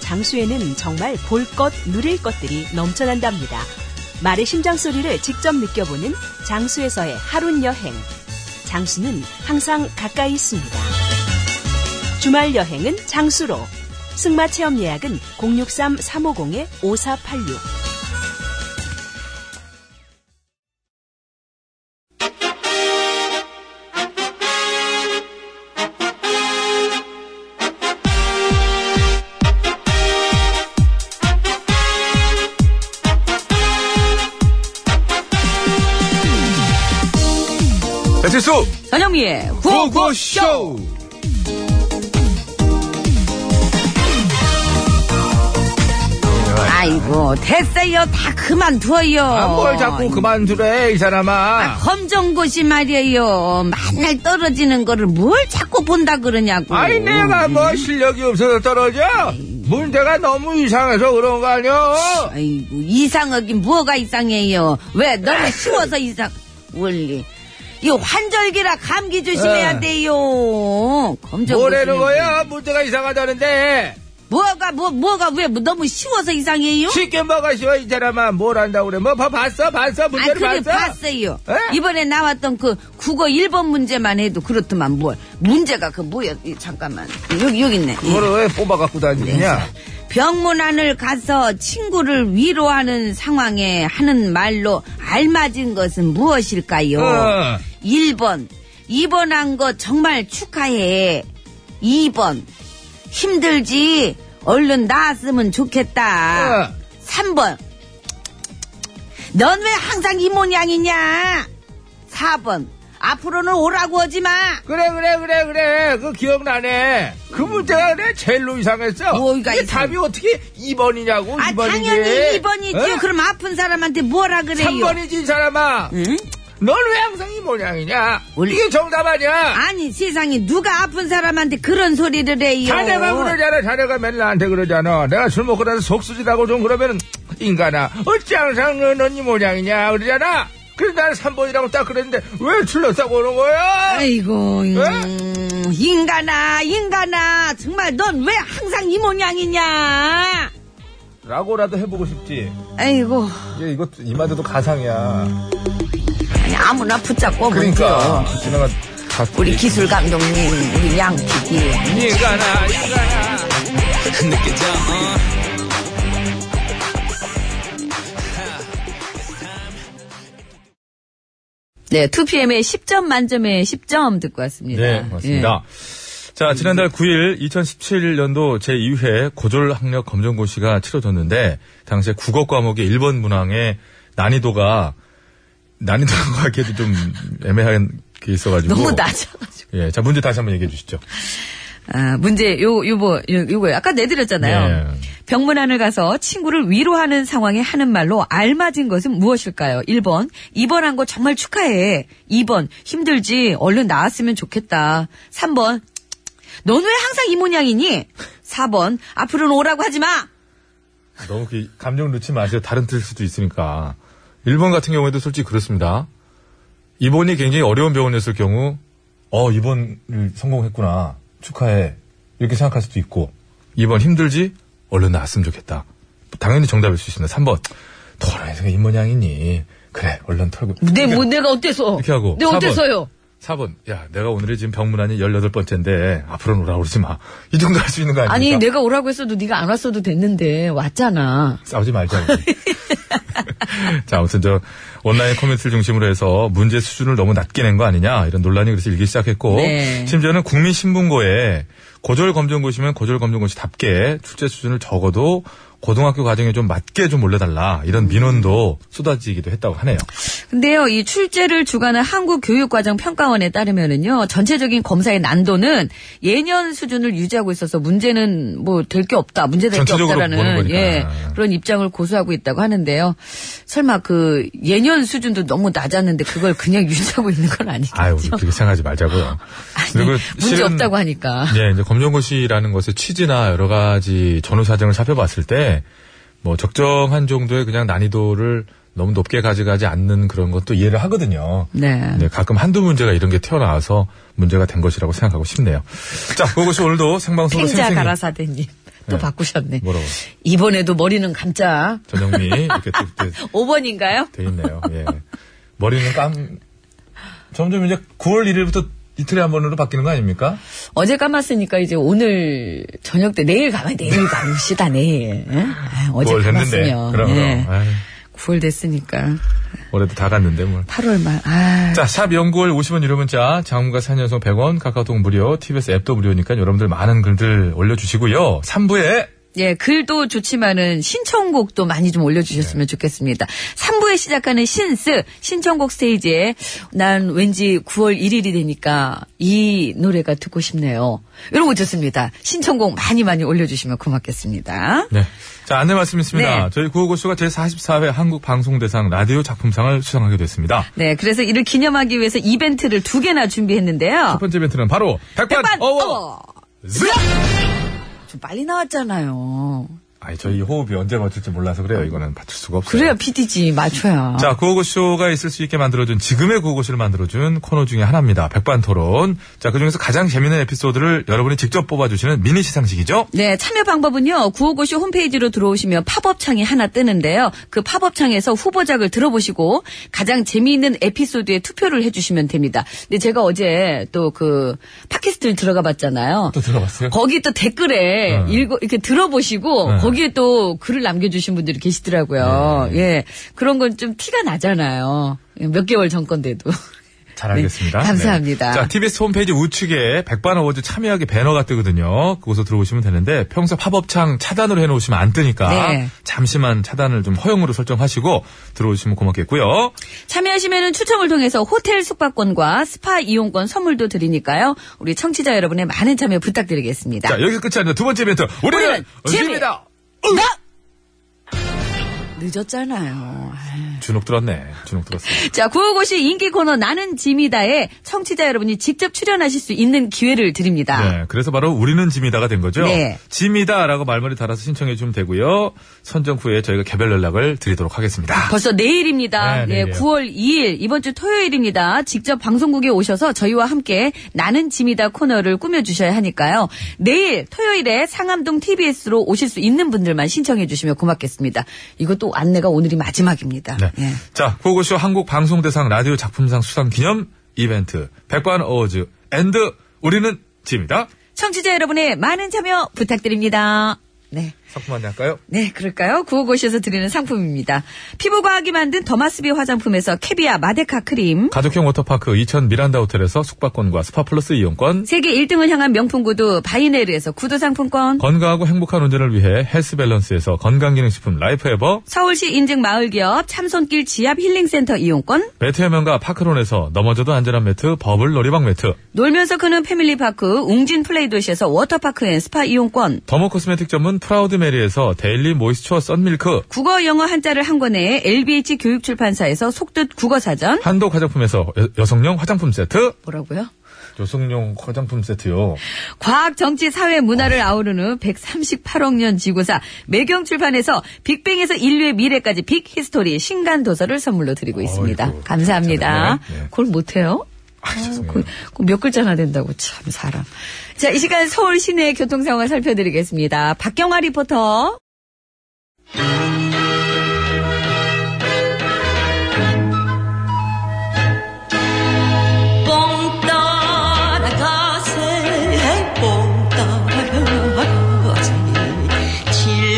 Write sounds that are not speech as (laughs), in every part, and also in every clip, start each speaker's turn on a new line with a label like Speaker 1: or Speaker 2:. Speaker 1: 장수에는 정말 볼 것, 누릴 것들이 넘쳐난답니다. 말의 심장 소리를 직접 느껴보는 장수에서의 하룬 여행. 장수는 항상 가까이 있습니다. 주말 여행은 장수로. 승마 체험 예약은 063-350-5486.
Speaker 2: 배칠수!
Speaker 3: 전영미의
Speaker 4: 고고쇼!
Speaker 3: 아이고 됐어요 다 그만둬요
Speaker 5: 아뭘 자꾸 그만두래 이 사람아
Speaker 3: 검정고시 말이에요 맨날 떨어지는 거를 뭘 자꾸 본다 그러냐고
Speaker 5: 아이 내가
Speaker 3: 음.
Speaker 5: 뭐 실력이 없어서 떨어져? 문제가 너무 이상해서 그런 거 아니야?
Speaker 3: 아이고 이상하긴 뭐가 이상해요 왜 너무 쉬워서 이상 원리 이 환절기라 감기 조심해야
Speaker 5: 어.
Speaker 3: 돼요 검정고시
Speaker 5: 뭐라는 거야? 문제가 이상하다는데
Speaker 3: 뭐가 뭐 뭐가 왜 너무 쉬워서 이상해요
Speaker 5: 쉽게 뭐가 쉬워 이 사람아 뭘 한다고 그래 뭐 봐, 봤어 봤어
Speaker 3: 아,
Speaker 5: 문제를 예?
Speaker 3: 그래,
Speaker 5: 봤어?
Speaker 3: 봤어요.
Speaker 5: 에?
Speaker 3: 이번에 나왔던 그 국어 1번 문제만 해도 그렇더만 뭘. 문제가 그 뭐야, 이, 잠깐만. 여기, 여기 있네. 이.
Speaker 5: 그거를 왜 뽑아갖고 다니느냐?
Speaker 3: 네. 병문안을 가서 친구를 위로하는 상황에 하는 말로 알맞은 것은 무엇일까요?
Speaker 5: 어.
Speaker 3: 1번, 입원한 거 정말 축하해. 2번, 힘들지? 얼른 나았으면 좋겠다.
Speaker 5: 어.
Speaker 3: 3번, 넌 왜 항상 이 모양이냐? 4번, 앞으로는 오라고 하지 마.
Speaker 5: 그래 그래 그래 그래 그 기억나네 그 문제가 그래 제일로 이상했어
Speaker 3: 뭐가
Speaker 5: 이게
Speaker 3: 이상해?
Speaker 5: 답이 어떻게 2번이냐고
Speaker 3: 아,
Speaker 5: 2번이지
Speaker 3: 당연히 2번이지요. 그럼 아픈 사람한테 뭐라 그래요?
Speaker 5: 어? 3번이지 이 사람아
Speaker 3: 응?
Speaker 5: 넌 왜 항상 이 모양이냐
Speaker 3: 원래-
Speaker 5: 이게 정답 아니야
Speaker 3: 아니 세상에 누가 아픈 사람한테 그런 소리를 해요.
Speaker 5: 자네가 그러잖아. 자네가 맨날 나한테 그러잖아. 내가 술 먹고 나서 속수지라고 좀 그러면 인간아 어찌 항상 넌 언니 모양이냐 그러잖아. 그래서 나는 3번이라고 딱 그랬는데 왜 출렁싸고 오는 거야?
Speaker 3: 아이고 음,
Speaker 5: 에?
Speaker 3: 인간아 인간아 정말 넌 왜 항상 이 모양이냐.
Speaker 5: 라고라도 해보고 싶지.
Speaker 3: 아이고
Speaker 5: 이제 이것 이마저도 가상이야.
Speaker 3: 아니, 아무나 붙잡고
Speaker 5: 그러니까
Speaker 3: 오면요.
Speaker 5: 지나가 다
Speaker 3: 우리 기술 감독님 우리 양 PD.
Speaker 5: 인간아 인간아.
Speaker 3: 네 2PM의 10점 만점에 10점 듣고 왔습니다.
Speaker 2: 네, 고맙습니다. 자, 지난달 9일 2017년도 제2회 고졸 학력 검정고시가 치러졌는데, 당시에 국어 과목의 1번 문항의 난이도가, (laughs) 난이도라고 하기에도 좀 애매한 게
Speaker 3: 예.
Speaker 2: 있어가지고.
Speaker 3: 너무 낮아가지고.
Speaker 2: 예, 자, 문제 다시 한번 얘기해 주시죠.
Speaker 3: 아, 문제, 요, 요거, 요, 요거, 아까 내드렸잖아요.
Speaker 2: 네.
Speaker 3: 병문안을 가서 친구를 위로하는 상황에 하는 말로 알맞은 것은 무엇일까요? 1번, 입원한 거 정말 축하해. 2번, 힘들지. 얼른 나았으면 좋겠다. 3번, 넌 왜 항상 이 모양이니? 4번, 앞으로는 오라고 하지 마!
Speaker 2: 너무 그 감정 넣지 마세요. 다른 뜻일 수도 있으니까. 일본 같은 경우에도 솔직히 그렇습니다. 입원이 굉장히 어려운 병원이었을 경우, 어, 입원을 성공했구나. 축하해. 이렇게 생각할 수도 있고, 입원 힘들지? 얼른 나았으면 좋겠다. 당연히 정답일 수 있습니다. 3번. 털어내서 입모양이니. 그래, 얼른 털고. 네.
Speaker 3: 내, 뭐, 내가
Speaker 2: 그러니까
Speaker 3: 어때서?
Speaker 2: 이렇게 하고. 사
Speaker 3: 내가
Speaker 2: 번. 네,
Speaker 3: 어때서요?
Speaker 2: 4번. 야, 내가 오늘이 지금 병문안이 18번째인데, 앞으로 는 오라 그러지 마. 이 정도 할 수 있는 거 아닙니까?
Speaker 3: 아니, 내가 오라고 했어도 네가 안 왔어도 됐는데 왔잖아.
Speaker 2: 싸우지 말자. (laughs) 우리. 자, 아무튼 저 온라인 코멘트를 중심으로 해서 문제 수준을 너무 낮게 낸 거 아니냐 이런 논란이 그래서 일기 시작했고
Speaker 3: 네.
Speaker 2: 심지어는 국민신문고에 고졸 검정고시면 고졸 검정고시답게 출제 수준을 적어도 고등학교 과정에 좀 맞게 좀 올려달라 이런 민원도 쏟아지기도 했다고 하네요.
Speaker 3: 근데요, 이 출제를 주관한 한국교육과정평가원에 따르면은요, 전체적인 검사의 난도는 예년 수준을 유지하고 있어서 문제는 뭐 될 게 없다, 문제될 게
Speaker 2: 전체적으로 보는
Speaker 3: 없다라는
Speaker 2: 거니까.
Speaker 3: 예, 그런 입장을 고수하고 있다고 하는데요. 설마 그 예년 수준도 너무 낮았는데 그걸 그냥 (laughs) 유지하고 있는 건 아니겠죠?
Speaker 2: 아유 우리 그렇게 생각하지 말자고요.
Speaker 3: 아니, 문제 없다고 하니까.
Speaker 2: 예, 이제 검정고시라는 것의 취지나 여러 가지 전후 사정을 살펴봤을 때 뭐 적정한 정도의 그냥 난이도를 너무 높게 가져가지 않는 그런 것도 이해를 하거든요.
Speaker 3: 네.
Speaker 2: 근데 가끔 한두 문제가 이런 게 튀어나와서 문제가 된 것이라고 생각하고 싶네요. 자, 그것이 오늘도 생방송으로
Speaker 3: 팽자
Speaker 2: 생생히
Speaker 3: 가라사대님 또
Speaker 2: 네.
Speaker 3: 바꾸셨네.
Speaker 2: 뭐라고?
Speaker 3: 이번에도 머리는 감자.
Speaker 2: 전영미 이렇게 또 이렇게
Speaker 3: 5번인가요?
Speaker 2: 돼 있네요. 예. 머리는 깜 점점 이제 9월 1일부터 이틀에 한 번으로 바뀌는 거 아닙니까?
Speaker 3: 어제 감았으니까 이제 오늘 저녁 때 내일 감아 내일 감읍시다 내일. 예? 아, 어제
Speaker 2: 9월 됐는데.
Speaker 3: 감았으면
Speaker 2: 그럼
Speaker 3: 예.
Speaker 2: 그럼. 아유,
Speaker 3: 9월 됐으니까
Speaker 2: 올해도 다 갔는데 뭘.
Speaker 3: 8월 말. 아,
Speaker 2: 자, 샵 연구월 50원 유료 문자, 장문과 4년송 100원, 카카오톡 무료, TBS 앱도 무료니까 여러분들 많은 글들 올려주시고요. 3부에
Speaker 3: 예 글도 좋지만은 신청곡도 많이 좀
Speaker 2: 네.
Speaker 3: 올려주셨으면 좋겠습니다. 3부에 시작하는 신스 신청곡 스테이지에 난 왠지 9월 1일이 되니까 이 노래가 듣고 싶네요. 이런 거 좋습니다. 신청곡 많이 많이 올려주시면 고맙겠습니다.
Speaker 2: 네. 자, 안내 말씀 있습니다.
Speaker 3: 네.
Speaker 2: 저희 구호고쇼가 제44회 한국방송대상 라디오 작품상을 수상하게 됐습니다.
Speaker 3: 네, 그래서 이를 기념하기 위해서 이벤트를 두 개나 준비했는데요.
Speaker 2: 첫 번째 이벤트는 바로 백반,
Speaker 3: 백반
Speaker 2: 어워!
Speaker 3: 어워! 좀 빨리 나왔잖아요.
Speaker 2: 아니, 저희 호흡이 언제 맞출지 몰라서 그래요. 이거는 맞출 수가 없어요.
Speaker 3: 그래야 PD지 맞춰야.
Speaker 2: 자, 구호고쇼가 있을 수 있게 만들어준, 지금의 구호고쇼를 만들어준 코너 중에 하나입니다. 백반 토론. 자, 그 중에서 가장 재밌는 에피소드를 여러분이 직접 뽑아주시는 미니 시상식이죠?
Speaker 3: 네, 참여 방법은요. 구호고쇼 홈페이지로 들어오시면 팝업창이 하나 뜨는데요. 그 팝업창에서 후보작을 들어보시고 가장 재미있는 에피소드에 투표를 해주시면 됩니다. 근데 제가 어제 또 그 팟캐스트를 들어가 봤잖아요.
Speaker 2: 또 들어봤어요?
Speaker 3: 거기 또 댓글에
Speaker 2: 네.
Speaker 3: 읽어 이렇게 들어보시고
Speaker 2: 네.
Speaker 3: 거기에 또 글을 남겨주신 분들이 계시더라고요. 예, 그런 건 좀 티가 나잖아요. 몇 개월 전 건데도.
Speaker 2: 잘 알겠습니다.
Speaker 3: 네, 감사합니다.
Speaker 2: 자, TBS 홈페이지 우측에 백반 어워즈 참여하기 배너가 뜨거든요. 그곳으로 들어오시면 되는데 평소 팝업창 차단으로 해놓으시면 안 뜨니까
Speaker 3: 네.
Speaker 2: 잠시만 차단을 좀 허용으로 설정하시고 들어오시면 고맙겠고요.
Speaker 3: 참여하시면은 추첨을 통해서 호텔 숙박권과 스파 이용권 선물도 드리니까요. 우리 청취자 여러분의 많은 참여 부탁드리겠습니다.
Speaker 2: 자, 여기서 끝이 아니라 두 번째 이벤트. 우리는, 어,
Speaker 3: 우리는
Speaker 2: 집니다.
Speaker 3: 늦었잖아요.
Speaker 2: 주눅 들었네. 주눅 들었어.
Speaker 3: 자, 구호고시 인기 코너 나는 짐이다에 청취자 여러분이 직접 출연하실 수 있는 기회를 드립니다.
Speaker 2: 네, 그래서 바로 우리는 짐이다가 된 거죠.
Speaker 3: 네.
Speaker 2: 짐이다라고 말머리 달아서 신청해 주면 되고요. 선정 후에 저희가 개별 연락을 드리도록 하겠습니다.
Speaker 3: 벌써 내일입니다.
Speaker 2: 네,
Speaker 3: 예,
Speaker 2: 내일이요.
Speaker 3: 9월 2일 이번 주 토요일입니다. 직접 방송국에 오셔서 저희와 함께 나는 짐이다 코너를 꾸며주셔야 하니까요. 내일 토요일에 상암동 TBS로 오실 수 있는 분들만 신청해 주시면 고맙겠습니다. 이것도 안내가 오늘이 마지막입니다.
Speaker 2: 네.
Speaker 3: 예.
Speaker 2: 자, 고고쇼 한국방송대상 라디오 작품상 수상 기념 이벤트 백반 어워즈 앤드 우리는 짐이다.
Speaker 3: 청취자 여러분의 많은 참여 부탁드립니다. 네.
Speaker 2: 상품 안내할까요?
Speaker 3: 네, 그럴까요? 구호고시에서 드리는 상품입니다. 피부과학이 만든 더마스비 화장품에서 캐비아 마데카 크림.
Speaker 2: 가족형 워터파크 이천 미란다 호텔에서 숙박권과 스파플러스 이용권
Speaker 3: 세계 1등을 향한 명품 구두 바이네르에서 구두 상품권.
Speaker 2: 건강하고 행복한 운전을 위해 헬스밸런스에서 건강기능식품 라이프에버
Speaker 3: 서울시 인증 마을기업 참손길 지압 힐링센터 이용권,
Speaker 2: 매트 해면과 파크론에서 넘어져도 안전한 매트 버블 놀이방 매트
Speaker 3: 놀면서 크는 패밀리파크, 웅진 플레이 도시에서 워터파크 앤 스파 이용권,
Speaker 2: 더모 코스메틱 전문 프라우드 메리에서 데일리 모이스처 썬밀크
Speaker 3: 국어 영어 한자를 한 권에 LBH 교육출판사에서 속뜻 국어사전,
Speaker 2: 한독 화장품에서 여- 여성용 화장품 세트
Speaker 3: 뭐라고요?
Speaker 2: 여성용 화장품 세트요
Speaker 3: 과학, 정치, 사회, 문화를 아우르는 138억 년 지구사 매경출판에서 빅뱅에서 인류의 미래까지 빅히스토리 신간 도서를 선물로 드리고 있습니다.
Speaker 2: 아이고,
Speaker 3: 감사합니다.
Speaker 2: 괜찮네. 네.
Speaker 3: 그걸 못해요?
Speaker 2: 아 죄송해요
Speaker 3: 그, 그몇 글자나 된다고 참 사람. 자, 이 시간 서울 시내 교통 상황 살펴드리겠습니다. 박경화 리포터.
Speaker 6: Bom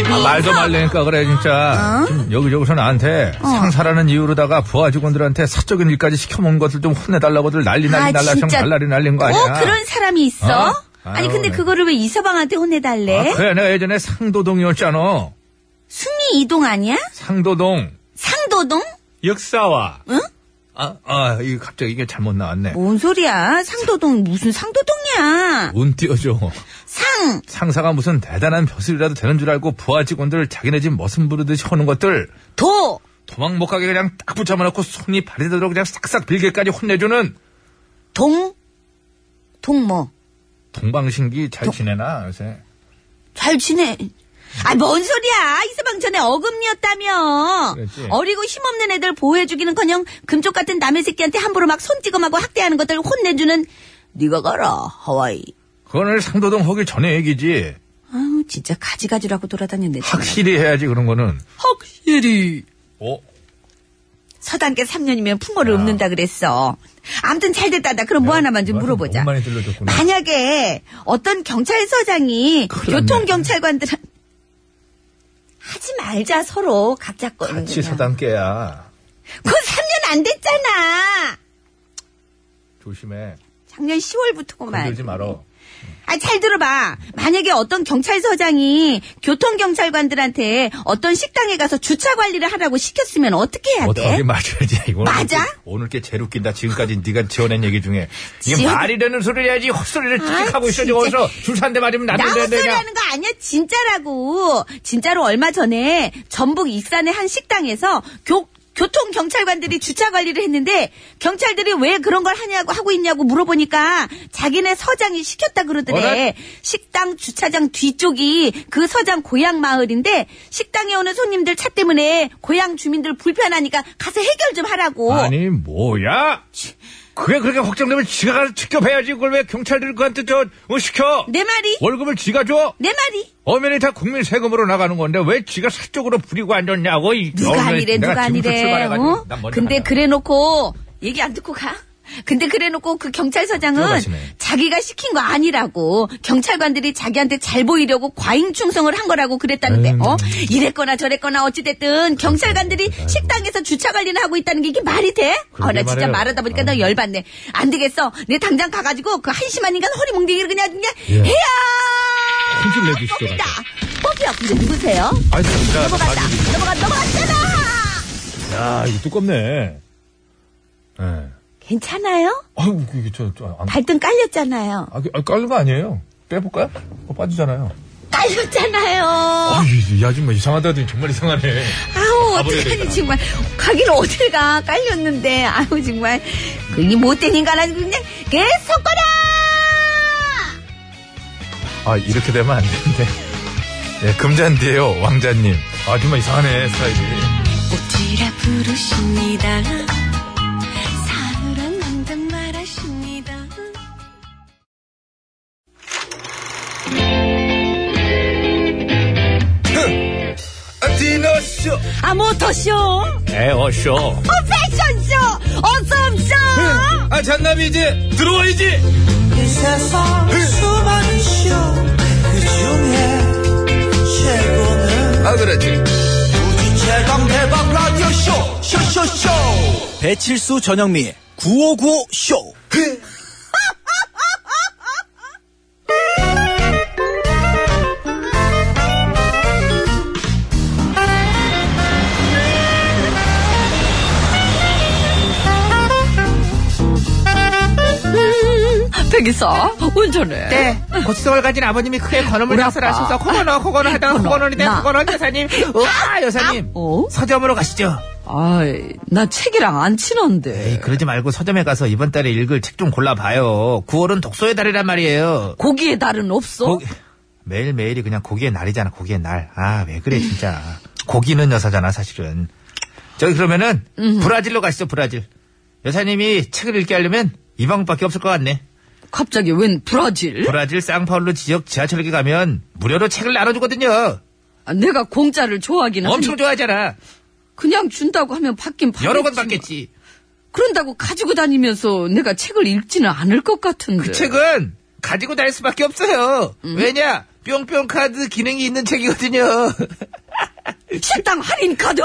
Speaker 2: 아,
Speaker 3: 음.
Speaker 2: 말도
Speaker 3: 아.
Speaker 2: 말래니까 그래
Speaker 3: 어?
Speaker 2: 진짜 좀 여기저기서 나한테 상사라는 이유로다가 부하 직원들한테 사적인 일까지 시켜먹은 것들 좀 혼내달라고들 난리 난리
Speaker 3: 아,
Speaker 2: 날라 정
Speaker 3: 진짜.
Speaker 2: 날라리 날린 거
Speaker 3: 어,
Speaker 2: 아니야
Speaker 3: 그런 사람이 있어?
Speaker 2: 어?
Speaker 3: 아니,
Speaker 2: 아유,
Speaker 3: 근데
Speaker 2: 네.
Speaker 3: 그거를 왜 이 서방한테 혼내달래?
Speaker 2: 아, 그래 내가 예전에 상도동이었잖아
Speaker 3: 숭이 이동 아니야?
Speaker 2: 상도동
Speaker 3: 상도동?
Speaker 2: 역사와 응? 아, 아, 이거 갑자기 이게 잘못 나왔네
Speaker 3: 뭔 소리야? 상도동 무슨 상도동이야?
Speaker 2: 운 띄워줘
Speaker 3: 상
Speaker 2: 상사가 무슨 대단한 벼슬이라도 되는 줄 알고 부하 직원들 자기네 집 머슴 부르듯이 허는 것들
Speaker 3: 도.
Speaker 2: 도망 못 가게 그냥 딱 붙잡아놓고 손이 발이 되도록 그냥 싹싹 빌게까지 혼내주는
Speaker 3: 동. 동뭐.
Speaker 2: 동방신기 잘 지내나 요새
Speaker 3: 잘 지내. 아, 뭔 소리야. 이서방 전에 어금니였다며.
Speaker 2: 그랬지.
Speaker 3: 어리고 힘없는 애들 보호해주기는 커녕 금쪽 같은 남의 새끼한테 함부로 막 손찌검하고 학대하는 것들 혼내주는 네가 가라, 하와이.
Speaker 2: 그거는 상도동 하기 전에 얘기지
Speaker 3: 아우, 진짜 가지가지라고 돌아다녔네. 정말.
Speaker 2: 확실히 해야지 그런 거는
Speaker 3: 확실히.
Speaker 2: 어?
Speaker 3: 서단계 3년이면 풍어를 읊는다 그랬어. 아무튼 잘 됐다. 나 그럼 뭐 하나만 좀 물어보자.
Speaker 7: 너무 많이 들려줬구나.
Speaker 3: 만약에 어떤 경찰서장이
Speaker 2: 큰일 났네.
Speaker 3: 교통경찰관들한 하지 말자 서로 각자 거
Speaker 2: 같이 서당깨야
Speaker 3: 그건 3년 안 됐잖아.
Speaker 2: 조심해
Speaker 3: 작년 10월부터구만.
Speaker 2: 건들지 말어
Speaker 3: 아, 잘 들어봐. 만약에 어떤 경찰서장이 교통경찰관들한테 어떤 식당에 가서 주차 관리를 하라고 시켰으면 어떻게 해야
Speaker 2: 어떻게 뭐-
Speaker 3: 돼?
Speaker 2: 맞아야지 이거
Speaker 3: 맞아?
Speaker 2: 오늘 게 제일 웃긴다 지금까지 네가 지어낸 얘기 중에 이게
Speaker 3: 지어-
Speaker 2: 말이 되는 소리를 해야지 헛소리를
Speaker 3: 아,
Speaker 2: 찌직하고 있어
Speaker 3: 진짜.
Speaker 2: 저기서 줄산대 맞으면
Speaker 3: 나
Speaker 2: 나도
Speaker 3: 헛소리
Speaker 2: 되냐
Speaker 3: 하는 거 아니야. 진짜라고. 진짜로 얼마 전에 전북 익산의 한 식당에서 교, 교통 경찰관들이 주차 관리를 했는데 경찰들이 왜 그런 걸 하냐고 하고 있냐고 물어보니까 자기네 서장이 시켰다 그러더래. 식당 주차장 뒤쪽이 그 서장 고향 마을인데 식당에 오는 손님들 차 때문에 고향 주민들 불편하니까 가서 해결 좀 하라고.
Speaker 2: 아니 뭐야? 그게 그렇게 걱정되면 지가 가서 직접 해야지 그걸 왜 경찰들 그한테 저 어, 시켜?
Speaker 3: 내 말이?
Speaker 2: 월급을 지가 줘?
Speaker 3: 내 말이?
Speaker 2: 엄연히 다 국민 세금으로 나가는 건데 왜 지가 사적으로 부리고 앉았냐고 이
Speaker 3: 누가
Speaker 2: 엄연히
Speaker 3: 아니래,
Speaker 2: 내가
Speaker 3: 누가
Speaker 2: 지금부터
Speaker 3: 아니래.
Speaker 2: 출발해가지고
Speaker 3: 어?
Speaker 2: 난 먼저
Speaker 3: 근데
Speaker 2: 간다.
Speaker 3: 그래 놓고 얘기 안 듣고 가. 근데 그래 놓고 그 경찰서장은
Speaker 2: 들어가시네.
Speaker 3: 자기가 시킨 거 아니라고 경찰관들이 자기한테 잘 보이려고 과잉 충성을 한 거라고 그랬다는데
Speaker 2: 음.
Speaker 3: 어 이랬거나 저랬거나
Speaker 2: 아,
Speaker 3: 어찌됐든 경찰관들이 식당에서 주차 관리를 하고 있다는 게 이게 말이 돼?
Speaker 7: 그러게
Speaker 3: 어나 진짜
Speaker 7: 말해요.
Speaker 3: 말하다 보니까
Speaker 7: 어.
Speaker 2: 아.
Speaker 3: 나 열받네 안 되겠어 내 당장 가가지고 그 한심한 인간 허리 뭉댕이를 그냥 그냥
Speaker 7: 예.
Speaker 3: 해야
Speaker 7: 큰줄 내주시더라고요.
Speaker 3: 뽑히다 뽑히야 근데 누구세요?
Speaker 7: 아이, 진짜.
Speaker 3: 넘어갔다 넘어갔 넘어갔잖아
Speaker 7: 야, 이거 두껍네. 예.
Speaker 3: 괜찮아요?
Speaker 7: 아유, 그, 이게 저, 저, 안,
Speaker 3: 발등 깔렸잖아요.
Speaker 7: 아, 아, 깔는 거 아니에요. 빼볼까요? 어, 빠지잖아요.
Speaker 3: 깔렸잖아요.
Speaker 7: 아유, 이 아줌마 이상하다 더니 정말 이상하네.
Speaker 3: 아우
Speaker 7: 가버려야
Speaker 3: 어떡하니
Speaker 7: 되겠다.
Speaker 3: 정말 가기를 어딜 가 깔렸는데 아우 정말 그이 못된 인간 아니 그냥 계속 거라.
Speaker 7: 아, 이렇게 되면 안 되는데. 예, 금잔디예요 왕자님. 아, 정말 이상하네, 스타일이.
Speaker 8: 꽃이라 부르십니다. 사랑 난단 말하십니다.
Speaker 2: 디너쇼
Speaker 3: 아 모터쇼, 어,
Speaker 2: 에어쇼
Speaker 3: 패션쇼, 어썸쇼. 그-
Speaker 2: 아 잔남이 이제 들어와야지
Speaker 9: 이 세상 수많은 쇼그 중에 최고는
Speaker 2: 아 그렇지
Speaker 9: 우주 최강 대박 라디오 쇼 쇼쇼쇼 배칠수 전영미 9595 쇼.
Speaker 10: 네. 백이사 운전해.
Speaker 5: 네, 고추성을 가진 아버님이 크게 건어물
Speaker 10: 우리
Speaker 5: 장사를
Speaker 10: 아빠.
Speaker 5: 하셔서 코건어 코건어 하다가
Speaker 10: 코건어,
Speaker 5: 코건어인데
Speaker 10: 나.
Speaker 5: 코건어 아, 여사님 우와 여사님
Speaker 10: 어?
Speaker 5: 서점으로 가시죠
Speaker 10: 아이, 나 책이랑 안 친한데.
Speaker 5: 에이, 그러지 말고 서점에 가서 이번 달에 읽을 책 좀 골라봐요 9월은 독서의 달이란 말이에요
Speaker 10: 고기의 달은 없어?
Speaker 5: 고- 매일매일이 그냥 고기의 날이잖아 고기의 날아 왜 그래 진짜 고기는 여사잖아 사실은 저기 그러면은 브라질로 가시죠 브라질 여사님이 책을 읽게 하려면 이 방법밖에 없을 것 같네
Speaker 10: 갑자기 웬 브라질?
Speaker 5: 브라질 쌍파울루 지역 지하철역에 가면 무료로 책을 나눠주거든요
Speaker 10: 아, 내가 공짜를 좋아하긴
Speaker 5: 엄청
Speaker 10: 한데
Speaker 5: 좋아하잖아
Speaker 10: 그냥 준다고 하면 받긴 받겠지.
Speaker 5: 여러 권 받겠지.
Speaker 10: 그런다고 가지고 다니면서 내가 책을 읽지는 않을 것 같은데.
Speaker 5: 그
Speaker 3: 네.
Speaker 5: 책은 (laughs) 가지고 다닐 수밖에 없어요. 왜냐? 뿅뿅 카드 기능이 있는 책이거든요.
Speaker 3: 식당 할인 카드?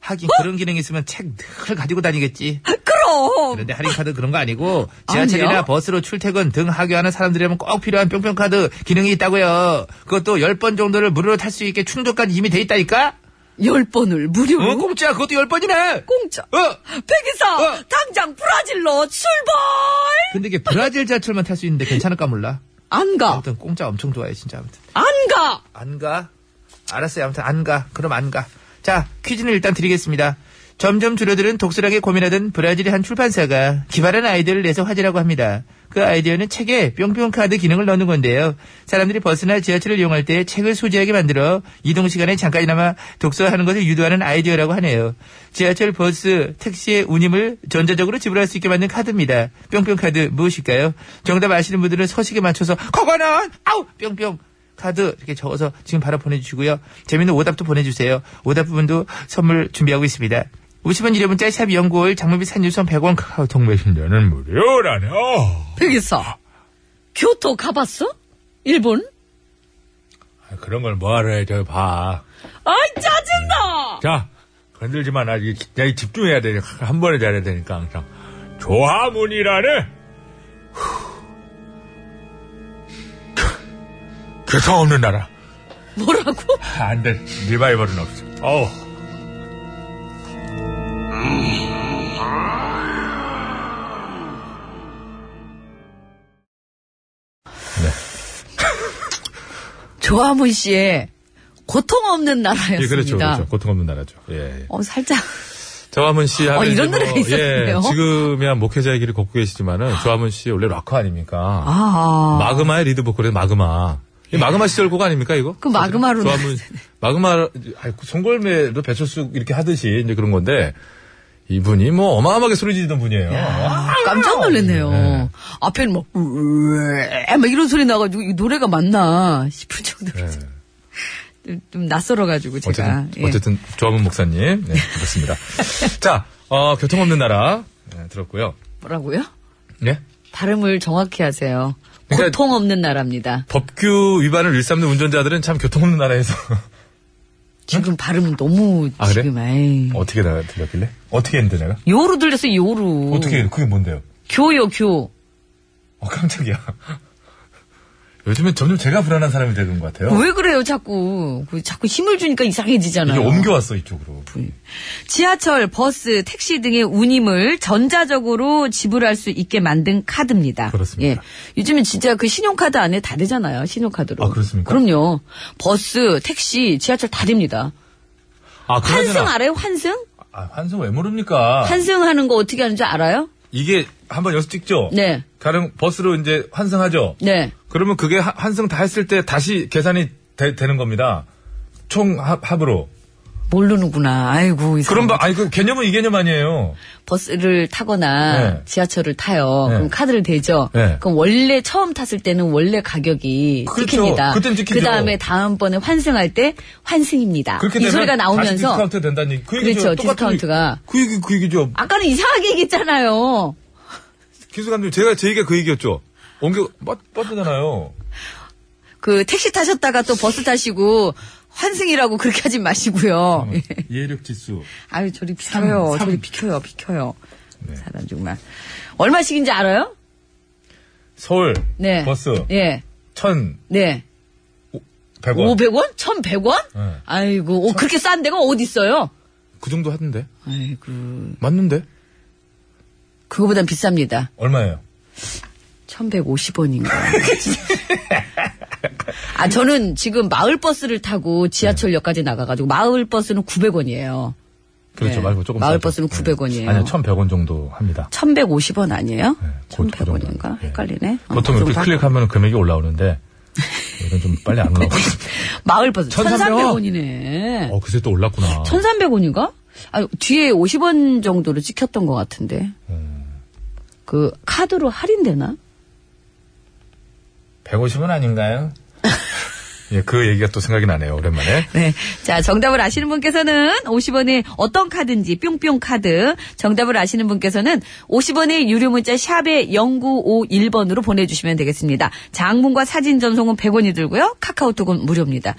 Speaker 5: 하긴 그런 기능 이 있으면 책 늘 가지고 다니겠지.
Speaker 3: 그럼.
Speaker 5: 그런데 할인카드 그런 거 아니고 지하철이나
Speaker 3: 어? 아니요.
Speaker 5: 버스로 출퇴근 등 하교하는 사람들이라면 꼭 필요한 뿅뿅카드 기능이 있다고요. 그것도 10번 정도를 무료로 탈 수 있게 충전까지 이미 돼 있다니까?
Speaker 3: 열 번을 무료.
Speaker 5: 어, 공짜 그것도 10번이네.
Speaker 3: 공짜.
Speaker 5: 어.
Speaker 3: 백이사
Speaker 5: 어.
Speaker 3: 당장 브라질로 출발.
Speaker 5: 근데 이게 브라질 지하철만 탈 수 있는데 괜찮을까 몰라.
Speaker 3: 안 가.
Speaker 5: 아무튼 공짜 엄청 좋아해 진짜 아무튼.
Speaker 3: 안 가.
Speaker 5: 안 가? 알았어요. 아무튼 안 가. 그럼 안 가. 자, 퀴즈는 일단 드리겠습니다. 점점 줄어드는 독서량에 고민하던 브라질의 한 출판사가 기발한 아이디어를 내서 화제라고 합니다. 그 아이디어는 책에 뿅뿅 카드 기능을 넣는 건데요. 사람들이 버스나 지하철을 이용할 때 책을 소지하게 만들어 이동 시간에 잠깐이나마 독서하는 것을 유도하는 아이디어라고 하네요. 지하철, 버스, 택시의 운임을 전자적으로 지불할 수 있게 만든 카드입니다. 뿅뿅 카드 무엇일까요? 정답 아시는 분들은 서식에 맞춰서 거거는 아우 뿅뿅 카드 이렇게 적어서 지금 바로 보내주시고요. 재밌는 오답도 보내주세요. 오답 부분도 선물 준비하고 있습니다. 50원 유료 문자 샵 연골 장모비 산유선 100원 카카오톡 메신저는 무료라네. 요
Speaker 3: 백이사 교토 가봤어? 일본?
Speaker 2: 아, 그런 걸 뭐하래, 저 봐.
Speaker 3: 아이 짜증나.
Speaker 2: 자, 건들지만 아직 굉장히 집중해야 되니까 한 번에 잘해야 되니까 항상 조화문이라네. 후. 그, 교통 없는 나라.
Speaker 3: 뭐라고?
Speaker 2: 아, 안 돼. 리바이벌은 없어. 어우.
Speaker 3: 조화문 씨의 고통 없는 나라였습니다.
Speaker 2: 예, 그렇죠, 그렇죠. 고통 없는 나라죠. 예. 예.
Speaker 3: 어 살짝
Speaker 2: 조화문 씨 하면
Speaker 3: 어, 이런
Speaker 2: 이제
Speaker 3: 노래가 있었네요.
Speaker 2: 예, 지금이야 목회자의 길을 걷고 계시지만은 조화문 씨 원래 락커 아닙니까?
Speaker 3: 아
Speaker 2: 마그마의 리드 보컬의 마그마. 이 마그마 시절 곡 아닙니까 이거?
Speaker 3: 예. 그 마그마로
Speaker 2: 조합은 마그마 아니, 그 송골매도 배철수 이렇게 하듯이 이제 그런 건데 이분이 뭐 어마어마하게 소리 지르던 분이에요.
Speaker 3: 깜짝 놀랐네요.
Speaker 2: 네.
Speaker 3: 앞에는 뭐, 으에 막 이런 소리 나가지고 이 노래가 맞나 싶을 정도로
Speaker 2: 네.
Speaker 3: (laughs) 좀- 좀 낯설어가지고 제가.
Speaker 2: 어쨌든
Speaker 3: 예.
Speaker 2: 어쨌든 조합은 목사님 네, 그렇습니다.
Speaker 3: (laughs)
Speaker 2: 자, 어, 교통 없는 나라 네, 들었고요.
Speaker 3: 뭐라고요?
Speaker 2: 예?
Speaker 3: 발음을 정확히 하세요.
Speaker 2: 그러니까-
Speaker 3: 고통 없는 나라입니다.
Speaker 2: 법규 위반을 일삼는 운전자들은 참 교통 없는 나라에서 (laughs)
Speaker 3: 지금 발음 너무
Speaker 2: 아, 그래?
Speaker 3: 지금 에이.
Speaker 2: 어떻게 나 들렸길래? 어떻게 했는데 내가?
Speaker 3: 요로 들렸어 요로.
Speaker 2: 어떻게 그게 뭔데요?
Speaker 3: 교요 교.
Speaker 2: 어 깜짝이야. (laughs) 요즘엔 점점 제가 불안한 사람이 되는 것 같아요.
Speaker 3: 왜 그래요 자꾸 그 자꾸 힘을 주니까
Speaker 2: 이게
Speaker 3: 이상해지잖아요.
Speaker 2: 옮겨왔어 이쪽으로.
Speaker 3: 지하철, 버스, 택시 등의 운임을 전자적으로 지불할 수 있게 만든 카드입니다.
Speaker 2: 그렇습니다.
Speaker 3: 예. 요즘엔 진짜 그 신용카드 안에 다 되잖아요. 신용카드로.
Speaker 2: 아, 그렇습니까?
Speaker 3: 럼요 버스, 택시, 지하철 다 됩니다.
Speaker 2: 아, 그나저나-
Speaker 3: 환승 알아요? 환승?
Speaker 2: 아, 환승 왜 모릅니까?
Speaker 3: 환승하는 거 어떻게 하는 줄 알아요?
Speaker 2: 이게 한번 여기서 찍죠?
Speaker 3: 네.
Speaker 2: 가령 버스로 이제 환승하죠?
Speaker 3: 네.
Speaker 2: 그러면 그게 하- 환승 다 했을 때 다시 계산이 되, 는 겁니다. 총 합, 합으로.
Speaker 3: 모르는구나. 아이고. 이
Speaker 2: 그런
Speaker 3: 사람.
Speaker 2: 바, 아니, 그 개념은 이 개념 아니에요.
Speaker 3: 버스를 타거나
Speaker 2: 네.
Speaker 3: 지하철을 타요.
Speaker 2: 네.
Speaker 3: 그럼 카드를 대죠.
Speaker 2: 네.
Speaker 3: 그럼 원래 처음 탔을 때는 원래 가격이
Speaker 2: 그렇죠.
Speaker 3: 찍힙니다.
Speaker 2: 그땐 찍히죠.
Speaker 3: 그다음에 다음번에 환승할 때 환승입니다.
Speaker 2: 그렇게
Speaker 3: 이
Speaker 2: 되면
Speaker 3: 소리가
Speaker 2: 다시
Speaker 3: 나오면서
Speaker 2: 디스카운트 된다는 얘기. 그 얘기죠.
Speaker 3: 그렇죠,
Speaker 2: 똑같은 얘기.
Speaker 3: 디스카운트가.
Speaker 2: 그 얘기, 그 얘기죠.
Speaker 3: 아까는 이상하게 얘기했잖아요.
Speaker 2: 기수 감독님, 제가, 제 얘기가 그 얘기였죠. 옮겨, 뻗, 뻗잖아요.
Speaker 3: 그 택시 타셨다가 또 버스 타시고 환승이라고 그렇게 하지 마시고요. 예.
Speaker 2: 이해력 지수.
Speaker 3: 아유 저리
Speaker 2: 음.
Speaker 3: 비켜요.
Speaker 2: 삼. 네.
Speaker 3: 저리 비켜요. 비켜요. 사람 정말 얼마씩인지 알아요?
Speaker 2: 서울.
Speaker 3: 네.
Speaker 2: 버스.
Speaker 3: 예.
Speaker 2: 1,100원.
Speaker 3: 네. 500원? 1100원?
Speaker 2: 네.
Speaker 3: 아이고, 어, 그렇게 싼 데가 어디 있어요?
Speaker 2: 그 정도 하던데?
Speaker 3: 아이고,
Speaker 2: 맞는데?
Speaker 3: 네, 그, 그거보단 비쌉니다.
Speaker 2: 얼마예요? (laughs)
Speaker 3: 1150원인가. 아, 저는 지금 마을버스를 타고 지하철역까지
Speaker 2: 네.
Speaker 3: 나가가지고, 마을버스는 900원이에요.
Speaker 2: 그렇죠.
Speaker 3: 네.
Speaker 2: 말고 조금
Speaker 3: 마을버스는
Speaker 2: 싸죠.
Speaker 3: 900원 이에요.
Speaker 2: 아니요, 1,100원 정도 합니다.
Speaker 3: 1150원 아니에요?
Speaker 2: 네, 그- 그
Speaker 3: 1100원인가?
Speaker 2: 정도는, 예.
Speaker 3: 헷갈리네. 어,
Speaker 2: 보통 이렇게
Speaker 3: 그쪽으로
Speaker 2: 클릭하면 금액이
Speaker 3: (laughs)
Speaker 2: 올라오는데 이건 좀 빨리 안 올라오고 있습니다.
Speaker 3: 할- 마을버스
Speaker 2: 1300원.
Speaker 3: 1300원이네.
Speaker 2: 어 그새 또 올랐구나.
Speaker 3: 1300원인가? 아, 뒤에 50원 정도로 찍혔던 것 같은데.
Speaker 2: 음.
Speaker 3: 그, 카드로 할인되나?
Speaker 2: 150원
Speaker 3: (laughs)
Speaker 2: 아닌가요? 예, 그 얘기가 또 생각이 나네요. 오랜만에.
Speaker 3: 네. 자, 정답을 아시는 분께서는 50원에 어떤 카드인지 뿅뿅 카드. 정답을 아시는 분께서는 50원의 유료 문자 샵에 0951번으로 보내주시면 되겠습니다. 장문과 사진 전송은 100원이 들고요. 카카오톡은 무료입니다.